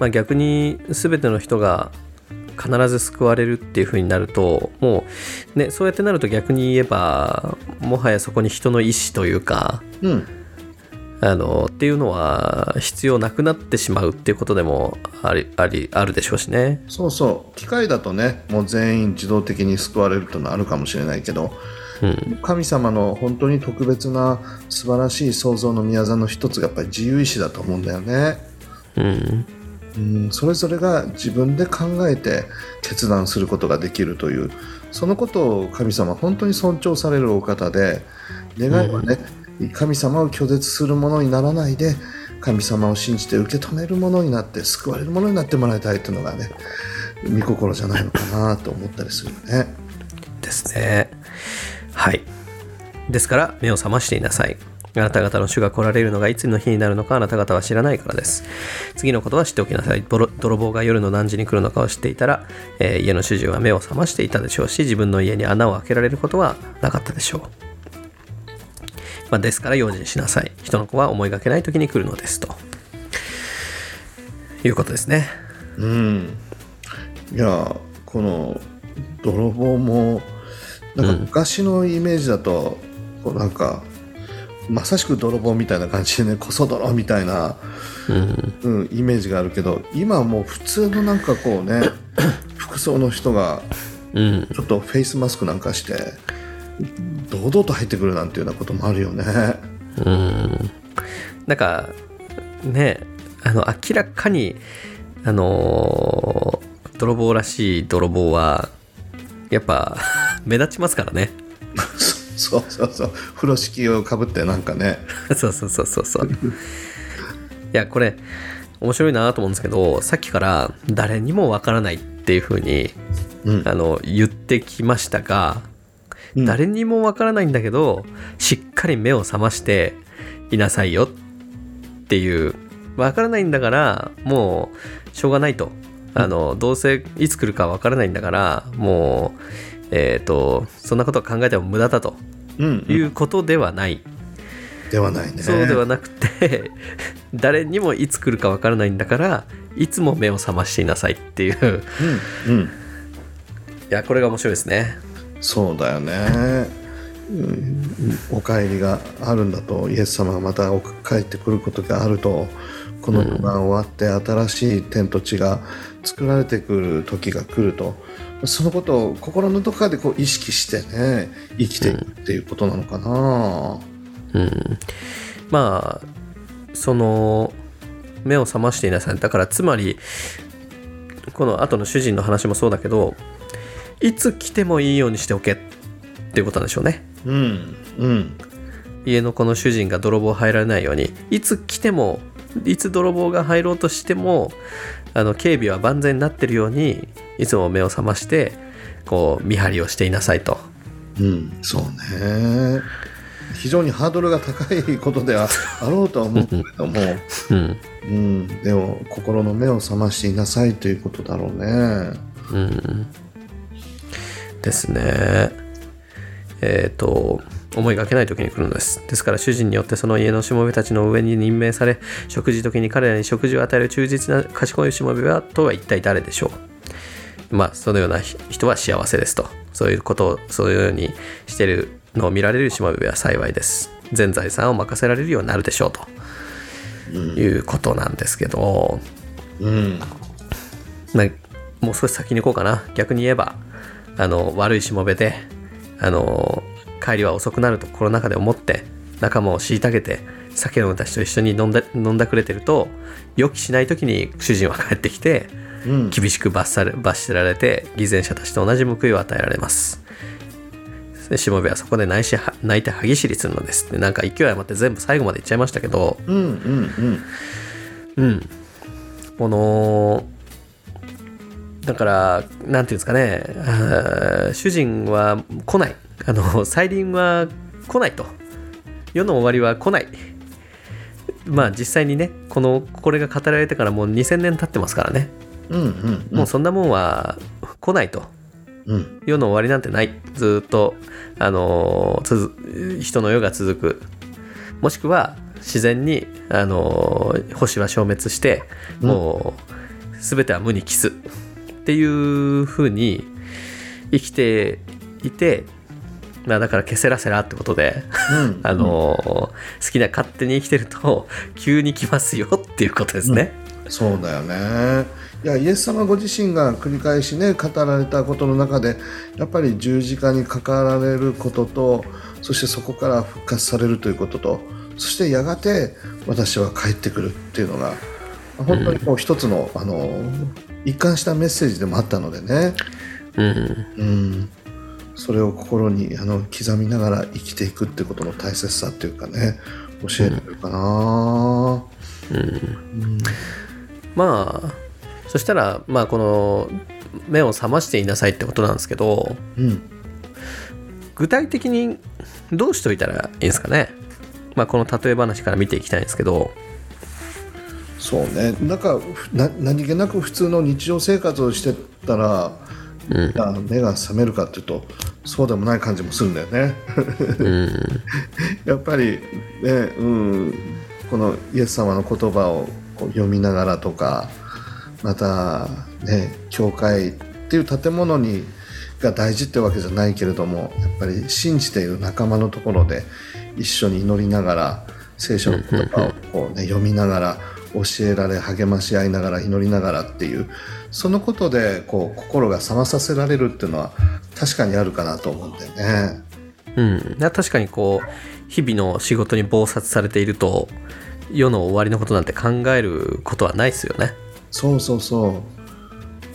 A: まあ、逆に全ての人が必ず救われるっていう風になるともう、ね、そうやってなると逆に言えばもはやそこに人の意思というか
B: うん、
A: あのっていうのは必要なくなってしまうっていうことでもありありあるでしょうしね。
B: そうそう機械だとねもう全員自動的に救われるというのはあるかもしれないけど
A: うん
B: 神様の本当に特別な素晴らしい創造の宮座の一つがやっぱり自由意志だと思うんだよね。
A: うん
B: うん、それぞれが自分で考えて決断することができるというそのことを神様は本当に尊重されるお方で願いはね、神様を拒絶するものにならないで神様を信じて受け止めるものになって救われるものになってもらいたいというのがね見心じゃないのかなと思ったりするよね。
A: ですね。はい。ですから、目を覚ましていなさい。あなた方の主が来られるのがいつの日になるのかあなた方は知らないからです。次のことは知っておきなさい。泥泥棒が夜の何時に来るのかを知っていたら、えー家の主人は目を覚ましていたでしょうし、自分の家に穴を開けられることはなかったでしょう。まあ、ですから用心しなさい。人の子は思いがけない時に来るのです。ということですね。
B: うん、いやこの泥棒もなんか昔のイメージだと、こうなんかまさしく泥棒みたいな感じでねこそ泥みたいな、
A: うん。
B: うん、イメージがあるけど今はもう普通のなんかこ うね服装の人が
A: うん。
B: ちょっとフェイスマスクなんかして堂々と入ってくるなんていうようなこともあるよ ね。
A: うんなんかねあの明らかにあのー泥棒らしい泥棒はやっぱ 目立ちますからね
B: そうそうそう風呂敷をかぶってなんかね
A: そうそうそうそうそういやこれ面白いなと思うんですけどさっきから誰にもわからないっていう風に
B: うん
A: あの言ってきましたが、
B: うん
A: 誰にもわからないんだけどしっかり目を覚ましていなさいよっていうわからないんだからもうしょうがないとあのどうせいつ来るかわからないんだからもうえっ、とそんなことは考えても無駄だと
B: うん
A: い、うことではない、
B: ではないね。
A: そうではなくて 誰にもいつ来るかわからないんだからいつも目を覚ましていなさいっていう
B: うんうん
A: いやこれが面白いですね
B: そうだよね、うん、お帰りがあるんだとイエス様がまたお帰ってくることがあるとこの時間終わって新しい天と地が作られてくる時が来るとそのことを心のどこかでこう意識してね生きていくっていうことなのかな、
A: うん、まあその目を覚ましていなさいだからつまりこの後の主人の話もそうだけどいつ来てもいいようにしておけっていうことなんでしょうね
B: うんうん
A: 家の子の主人が泥棒入られないようにいつ来てもいつ泥棒が入ろうとしてもあの警備は万全になってるようにいつも目を覚ましてこう見張りをしていなさいと
B: うん、そうね非常にハードルが高いことではあろうとは思うけれども
A: うん
B: うん、でも心の目を覚ましていなさいということだろうね。
A: うんですね。えっ、と、思いがけない時に来るのです。ですから主人によってその家のしもべたちの上に任命され、食事時に彼らに食事を与える忠実な賢いしもべはとは一体誰でしょうまあ、そのような人は幸せですとそういうことをそういうようにしてるのを見られる島部は幸いです全財産を任せられるようになるでしょうということなんですけど、
B: うん。
A: まあもう少し先に行こうかな逆に言えばあの悪いしもべであの帰りは遅くなると心の中で思って仲間を虐げて酒飲むたちと一緒に飲んだ飲んだくれてると予期しない時に主人は帰ってきて
B: うん。
A: 厳しく罰され罰せられて偽善者たちと同じ報いを与えられますでしもべはそこで泣いし泣いて歯ぎしりするのですってなんか勢い余って全部最後まで言っちゃいましたけど
B: うん。うん。
A: うん、このだからなんていうんですかね あー主人は来ないあの再臨は来ないと世の終わりは来ないまあ実際にねこのこれが語られてからもう2000年経ってますからね
B: うん。うん。
A: もうそんなもんは来ないと
B: うん。
A: 世の終わりなんてないずーっと、あのーつづ人の世が続くもしくは自然に、あのー星は消滅してもう全ては無に帰すっていうふうに生きていて、まあ、だからケセラセラってことで、
B: うん。
A: あのー好きな勝手に生きてると急に来ますよっていうことですね。
B: そうだよね。いやイエス様ご自身が繰り返しね語られたことの中でやっぱり十字架にかかられることとそしてそこから復活されるということとそしてやがて私は帰ってくるっていうのが本当にこう一つの,、あの一貫したメッセージでもあったのでね、
A: うん
B: うん、それを心にあの刻みながら生きていくってことの大切さっていうかね教えてるかな。うん
A: まあそしたら、まあ、この目を覚ましていなさいってことなんですけど
B: うん
A: 具体的にどうしておいたらいいんですかね、まあ、この例え話から見ていきたいんですけど
B: そうねなんかふな何気なく普通の日常生活をしてたら、あの目が覚めるかっていうとそうでもない感じもするんだよね。 やっぱり、ねうん、このイエス様の言葉をこう読みながらとかまた、ね、教会っていう建物にが大事ってわけじゃないけれどもやっぱり信じている仲間のところで一緒に祈りながら聖書の言葉をこう、ね、読みながら教えられ励まし合いながら祈りながらっていうそのことでこう心が覚まさせられるっていうのは確かにあるかなと思うんだよね。
A: うん、な確かにこう日々の仕事に忙殺されていると世の終わりのことなんて考えることはないですよね。
B: そうそうそ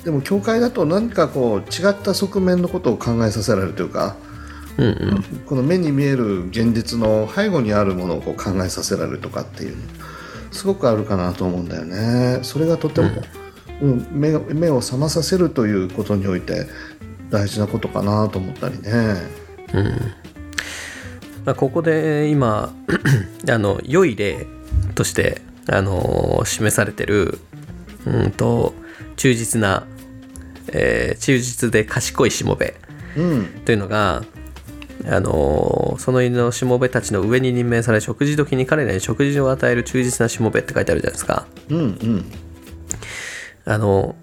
B: うでも教会だと何かこう違った側面のことを考えさせられるというか
A: うんうん
B: この目に見える現実の背後にあるものをこう考えさせられるとかっていうのすごくあるかなと思うんだよねそれがとても、うん目を目を覚まさせるということにおいて大事なことかなと思ったりね
A: まあ、ここで今 あの良い例としてあの示されてるうんと忠実な、えー忠実で賢いしもべ
B: うん
A: というのがあのその犬のしもべたちの上に任命され食事時に彼らに食事を与える忠実なしもべって書いてあるじゃないですか。
B: うんうん
A: あの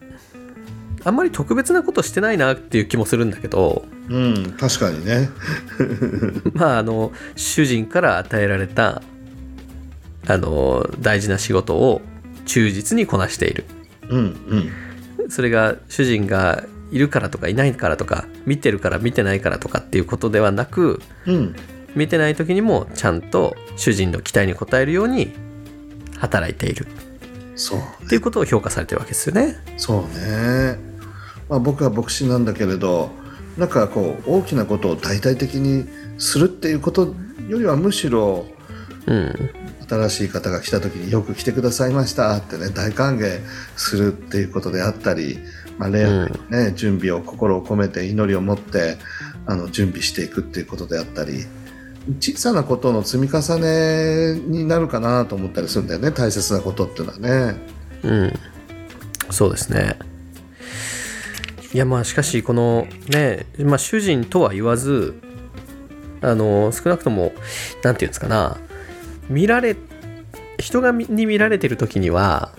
A: あんまり特別なことしてないなっていう気もするんだけど
B: うん確かにね
A: まああの主人から与えられたあの大事な仕事を忠実にこなしている
B: うん
A: それが主人がいるからとかいないからとか見てるから見てないからとかっていうことではなく
B: うんうん
A: 見てない時にもちゃんと主人の期待に応えるように働いている
B: そう
A: っていうことを評価されてるわけですよね。
B: そうね、まあ、僕は牧師なんだけれどなんかこう大きなことを大々的にするっていうことよりはむしろ
A: うん、
B: 新しい方が来た時によく来てくださいましたってね大歓迎するっていうことであったり、まあ、礼拝のね、準備を心を込めて祈りを持ってあの準備していくっていうことであったり小さなことの積み重ねになるかなと思ったりするんだよね大切なことっていうのはね。
A: うん、そうですね。いやまあしかしこのね、まあ、主人とは言わずあの少なくとも何て言うんですかな見られ人が見に見られてる時には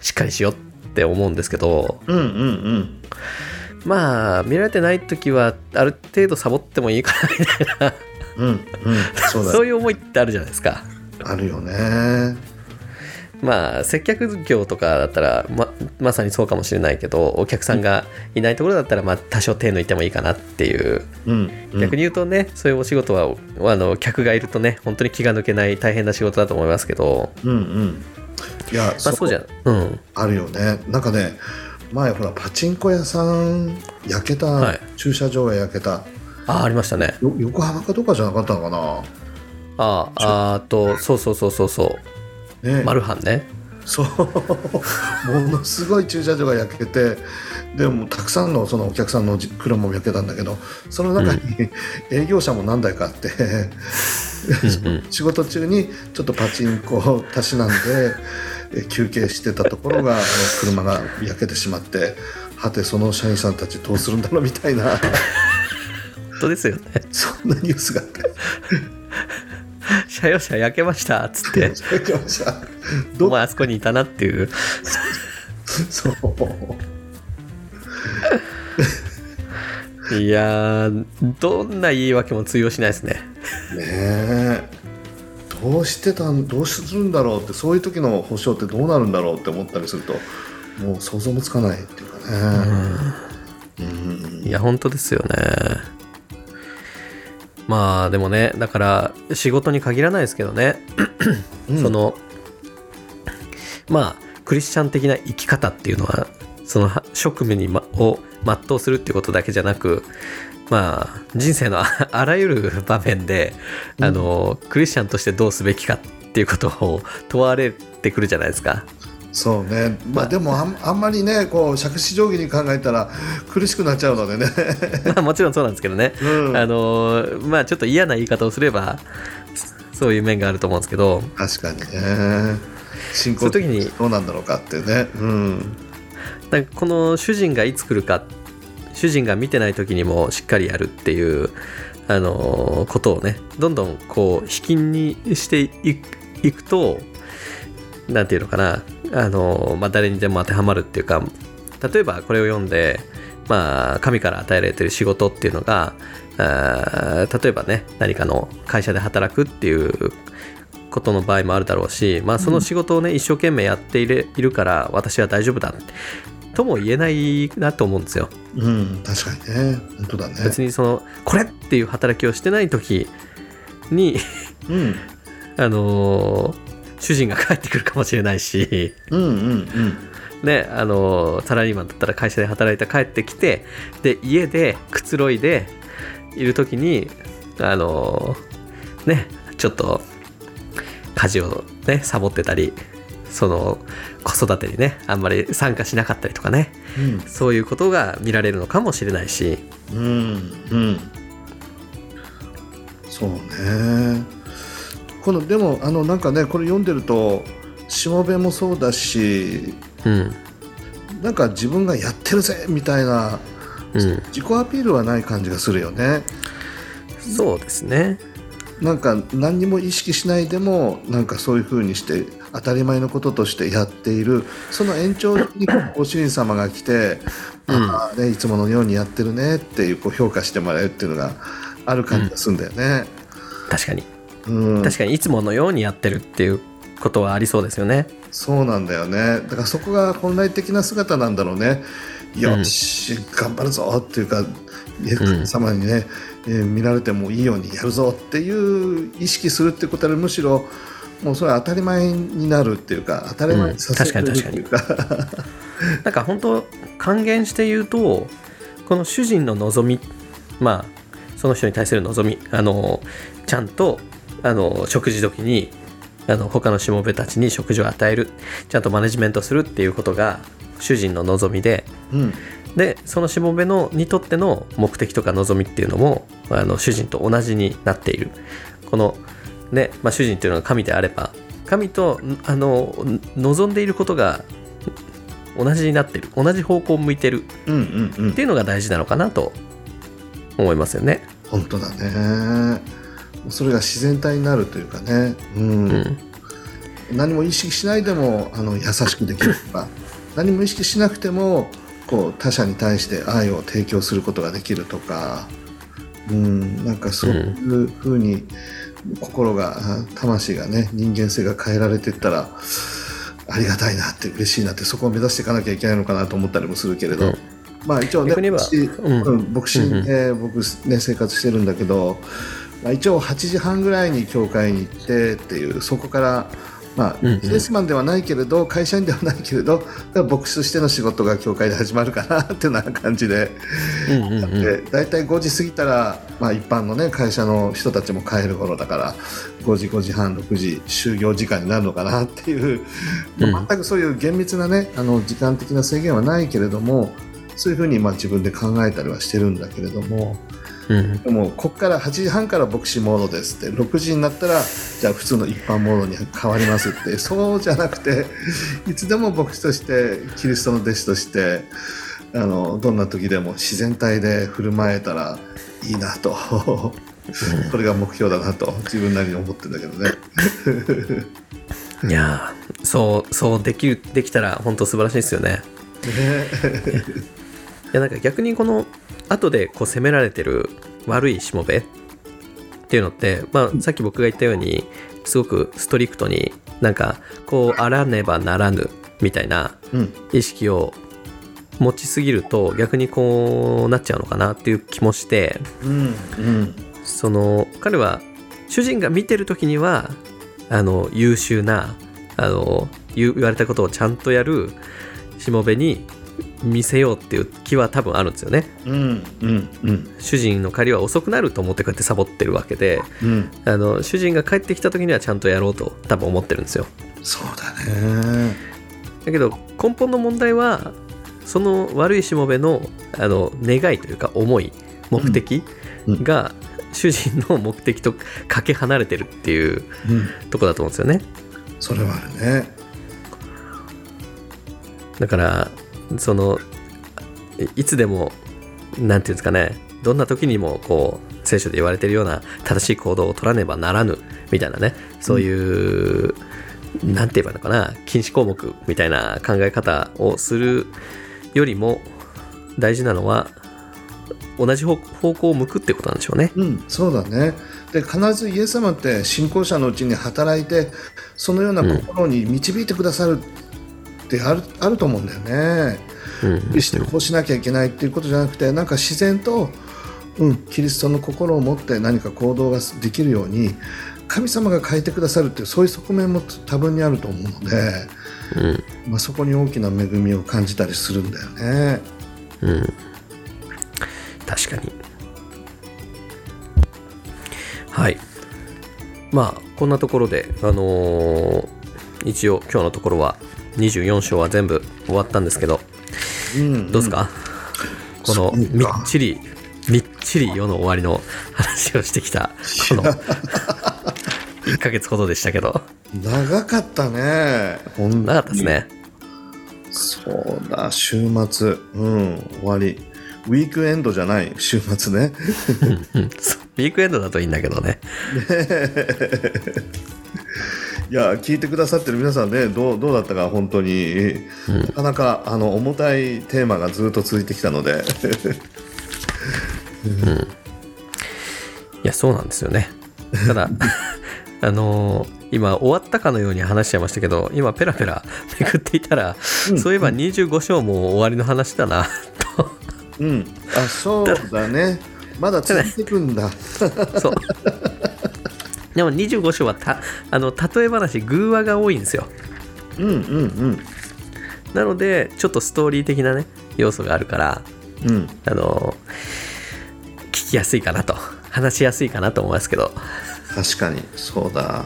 A: しっかりしようって思うんですけど
B: うんうん
A: まあ見られてない時はある程度サボってもいいかなみたいな
B: うんうんそうだ
A: そういう思いってあるじゃないですか
B: あるよね
A: まあ接客業とかだったらままさにそうかもしれないけどお客さんがいないところだったらまあ多少手抜いてもいいかなっていう
B: うん、うん、
A: 逆に言うとね、そういうお仕事はあの客がいるとね本当に気が抜けない大変な仕事だと思いますけど、
B: うんうんいや、
A: まあ、そうじゃうん
B: あるよねなんかね前ほらパチンコ屋さん焼けた、
A: はい
B: 駐車場が焼けた
A: あありましたね
B: よ横浜かどうかじゃなかったのか
A: あああーとそうそうそうそうそ
B: なね
A: うマルハンね
B: そうものすごい駐車場が焼けてでもたくさんのそのお客さんのじ車も焼けたんだけどその中に営業者も何台かあって仕事中にちょっとパチンコをたしなんでえ休憩してたところがあの車が焼けてしまってはてその社員さんたちどうするんだろうみたいな
A: 本当ですよね
B: そんなニュースがあって。
A: 車用車焼けましたっつって
B: 焼けました
A: お
B: ど
A: 前あそこにいたなっていう
B: そう
A: いやーどんな言い訳も通用しないですね
B: ねえどうしてたんどうするんだろうってそういう時の保証ってどうなるんだろうって思ったりするともう想像もつかないっていうかねうん
A: いや本当ですよねまあでもねだから仕事に限らないですけどね、
B: うん
A: そのまあクリスチャン的な生き方っていうのはそのは職務に、ま、を全うするっていうことだけじゃなくまあ人生の ああらゆる場面で、あのクリスチャンとしてどうすべきかっていうことを問われてくるじゃないですか。
B: そうねまあでもあんあんまりねこう杓子定規に考えたら苦しくなっちゃう のでね
A: まあもちろんそうなんですけどね、
B: うん
A: あのーまあちょっと嫌な言い方をすればそういう面があると思うんですけど
B: 確かにね進行
A: そういう時に
B: どうなんだろうかっていうねうん
A: なんかこの主人がいつ来るか主人が見てない時にもしっかりやるっていう、あのーことをねどんどんこう卑近にしていくいくとなんていうのかな、あのーまあ、誰にでも当てはまるっていうか例えばこれを読んで、まあ、神から与えられてる仕事っていうのがあー例えばね何かの会社で働くっていうことの場合もあるだろうし、まあ、その仕事をね、一生懸命やっていれいるから私は大丈夫だとも言えないなと思うんですよ。
B: うん確かにね本当だね
A: 別にそのこれっていう働きをしてない時に、
B: うん
A: あのー主人が帰ってくるかもしれないし。
B: うんうんうん
A: ね、あのサラリーマンだったら会社で働いて帰ってきてで家でくつろいでいる時にあのねちょっと家事をねサボってたりその子育てにねあんまり参加しなかったりとかね
B: うん
A: そういうことが見られるのかもしれないし
B: うんうんそうねこのでもあのなんかねこれ読んでるとしもべもそうだし
A: うん
B: なんか自分がやってるぜみたいな
A: うん
B: 自己アピールはない感じがするよね
A: そうですね
B: なんか何にも意識しないでもなんかそういう風にして当たり前のこととしてやっているその延長にご主人様が来て、ああね、いつものようにやってるねっていうこう評価してもらえるっていうのがある感じがするんだよね。
A: 確かに
B: うん、
A: 確かにいつものようにやってるっていうことはありそうですよね
B: そうなんだよねだからそこが本来的な姿なんだろうねよし、頑張るぞっていうかね神様にね、えー見られてもいいようにやるぞっていう意識するってことはむしろもうそれは当たり前になるっていうか当たり前にさせてるっていうか,、
A: なんか本当還元して言うとこの主人の望みまあその人に対する望みあのちゃんとあの食事時にあの他のしもべたちに食事を与えるちゃんとマネジメントするっていうことが主人の望みで
B: うん
A: でそのしもべのにとっての目的とか望みっていうのもあの主人と同じになっているこの、ねまあ、主人というのは神であれば神とんあのん望んでいることがん同じになっている同じ方向を向いてる
B: うんうんうん
A: っていうのが大事なのかなと思いますよね。
B: 本当だねそれが自然体になるというかね、うん
A: うん、
B: 何も意識しないでもあの優しくできるとか何も意識しなくてもこう他者に対して愛を提供することができるとか、うん、なんかそういうふうに心が、あ魂がね人間性が変えられていったらありがたいなって嬉しいなってそこを目指していかなきゃいけないのかなと思ったりもするけれど、
A: うん
B: まあ一応ね
A: 逆に言えば
B: 牧師
A: うん
B: うん牧師で僕ね生活してるんだけど、まあ、一応8時半ぐらいに教会に行ってっていうそこから。まあ、
A: うんうん
B: ビジネスマンではないけれど会社員ではないけれど牧師としての仕事が教会で始まるかなっていうような感じで
A: うんうんうん
B: で大体5時過ぎたら、まあ、一般の、ね、会社の人たちも帰る頃だから5時5時半6時就業時間になるのかなっていう、
A: うん
B: 全くそういう厳密な、ね、あの時間的な制限はないけれどもそういうふうにまあ自分で考えたりはしてるんだけれども
A: うん
B: でもここから8時半から牧師モードですって6時になったらじゃあ普通の一般モードに変わりますってそうじゃなくていつでも牧師としてキリストの弟子としてあのどんな時でも自然体で振る舞えたらいいなとそれが目標だなと自分なりに思ってるんだけどね。
A: いやーそうそうできるできたら本当素晴らしいですよねいやなんか逆にこの後でこう責められてる悪いしもべっていうのって、まあ、さっき僕が言ったようにすごくストリクトになんかこうあらねばならぬみたいな
B: うん
A: 意識を持ちすぎると逆にこうなっちゃうのかなっていう気もして
B: うんうん
A: その彼は主人が見てる時にはあの優秀なあの言う言われたことをちゃんとやるしもべに見せようっていう気は多分あるんですよね。
B: うんうんうん
A: 主人の帰りは遅くなると思ってこうやってサボってるわけで
B: うん
A: あの主人が帰ってきた時にはちゃんとやろうと多分思ってるんですよ
B: そうだね。
A: だけど根本の問題はその悪いしもべのあの願いというか思い目的
B: うんうん
A: が主人の目的とかけ離れてるっていう
B: うん
A: とこだと思うんですよね
B: それはあるね。
A: だからそのいいつでもなんていうんですかねどんな時にもこう聖書で言われてるような正しい行動を取らねばならぬみたいなねそういう、なんて言えばいいのかな禁止項目みたいな考え方をするよりも大事なのは同じ方方向を向くってことなんでしょうね。
B: うん、そうだねで必ずイエス様って信仰者のうちに働いてそのような心に導いてくださるってある,、あると思うんだよね。
A: うん
B: 決してこうしなきゃいけないっていうことじゃなくてなんか自然と、うん、キリストの心を持って何か行動ができるように神様が変えてくださるっていうそういう側面も多分にあると思うので、
A: うん
B: まあ、そこに大きな恵みを感じたりするんだよね。
A: うん、確かにはいまあこんなところであのー一応今日のところは24章は全部終わったんですけど
B: うん
A: どうですか、この
B: そうか
A: みっちりみっちり世の終わりの話をしてきたこ の1ヶ月ほどでしたけど
B: 長かったね。ほん
A: 長かったですね
B: そうだ、週末、うん、終わり。ウィークエンドじゃない、週末ね。
A: うんそうウィークエンドだといいんだけどね
B: いや、聞いてくださってる皆さんね、どうどうだったか、本当に、なかなかあの重たいテーマがずっと続いてきたので、
A: いや、そうなんですよね。ただ、あのー今、終わったかのように話しちゃいましたけど、今、ペラペラめくっていたら、そういえば25章も終わりの話だな、
B: うん、あそうだね、まだ続いてくんだ。
A: と。そう。でも25章はたあの例え話、偶話が多いんですよ。
B: うんうん
A: なので、ちょっとストーリー的なね、要素があるから、
B: うん、うん、
A: あのー聞きやすいかなと、話しやすいかなと思いますけど、
B: 確かに、そうだ。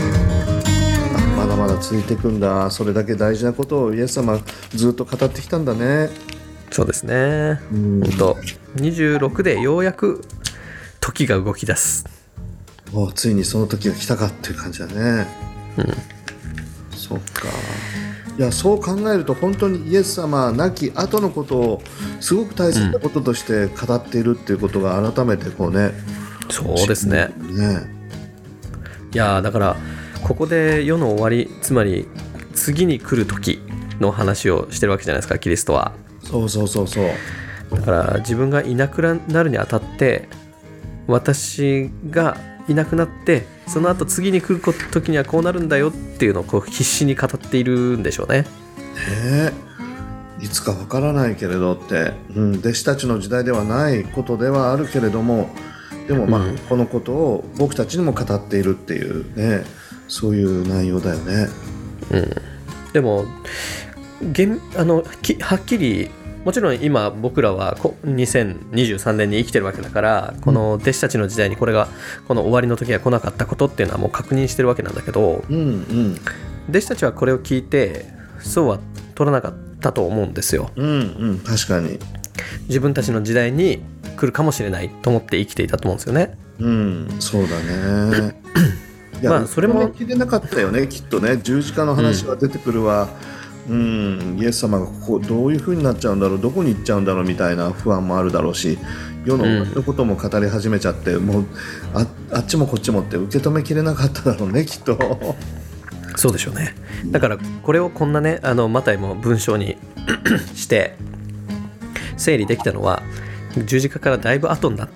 B: あまだまだ続いていくんだそれだけ大事なことをイエス様ずっと語ってきたんだね
A: そうですね。
B: うん
A: ほんと、26でようやく時が動き出す。
B: もうついにその時が来たかっていう感じだねそっかいやそう考えると本当にイエス様亡き後のことをすごく大切なこととして語っているっていうことが改めてこうね、
A: そうですね。
B: ね
A: いやーだからここで世の終わりつまり次に来る時の話をしてるわけじゃないですかキリストは
B: そうそうそうそう
A: だから自分がいなくなるにあたって私がいなくなってその後次に来る時にはこうなるんだよっていうのをこう必死に語っているんでしょうね
B: ねえいつかわからないけれどって、うん、弟子たちの時代ではないことではあるけれどもでもまあ、
A: うん
B: このことを僕たちにも語っているっていうねそういう内容だよね。
A: でも現あのきはっきりもちろん今僕らはこ2023年に生きてるわけだからこの弟子たちの時代にこれがこの終わりの時が来なかったことっていうのはもう確認してるわけなんだけど
B: うんうん
A: 弟子たちはこれを聞いてそうは取らなかったと思うんですよ。
B: うんうん確かに。
A: 自分たちの時代に来るかもしれないと思って生きていたと思うんですよね。
B: うんそうだ ね。いや、
A: まあそれも
B: 聞いてなかったよねきっとね十字架の話は出てくるわ。うん、イエス様がここどういうふうになっちゃうんだろうどこに行っちゃうんだろうみたいな不安もあるだろうし世の終わりのことも語り始めちゃって、もうああっちもこっちもって受け止めきれなかっただろうねきっ と。
A: そうでしょうね。だからこれをこんなねあのマタイも文章に して整理できたのは十字架からだいぶ後になっ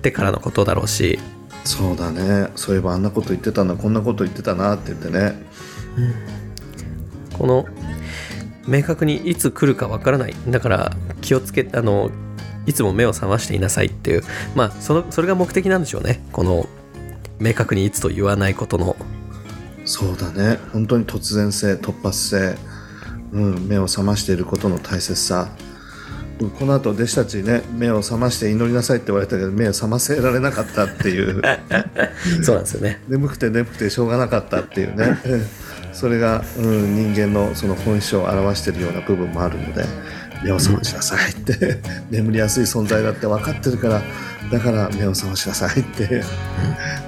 A: てからのことだろうし、
B: そうだねそういえばあんなこと言ってたなこんなこと言ってたなって言ってね
A: この明確にいつ来るかわからないだから気をつけあのいつも目を覚ましていなさいっていうまあそのそれが目的なんでしょうねこの明確にいつと言わないことの
B: そうだね本当に突然性突発性、うん、目を覚ましていることの大切さうんこの後弟子たちにね目を覚まして祈りなさいって言われたけど目を覚ませられなかったっていう
A: そうなんですよね
B: 眠くて眠くてしょうがなかったっていうね うんそれが、うん、人間のその本性を表しているような部分もあるので目を覚ましなさいって 眠りやすい存在だって分かってるからだから目を覚ましなさいって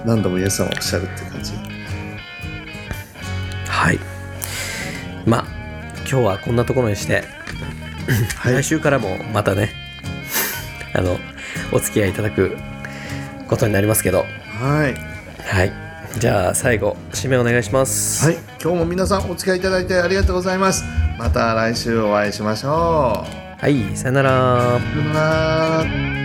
B: 何度もイエス様はおっしゃるって感じ。
A: はいまあ今日はこんなところにして、
B: はい
A: 来週からもまたね あのお付き合いいただくことになりますけど
B: はい
A: はいじゃあ最後締めお願いします、
B: はい、今日も皆さんお付き合いいただいてありがとうございます。また来週お会いしましょ
A: はい、さよなら
B: う。さよなら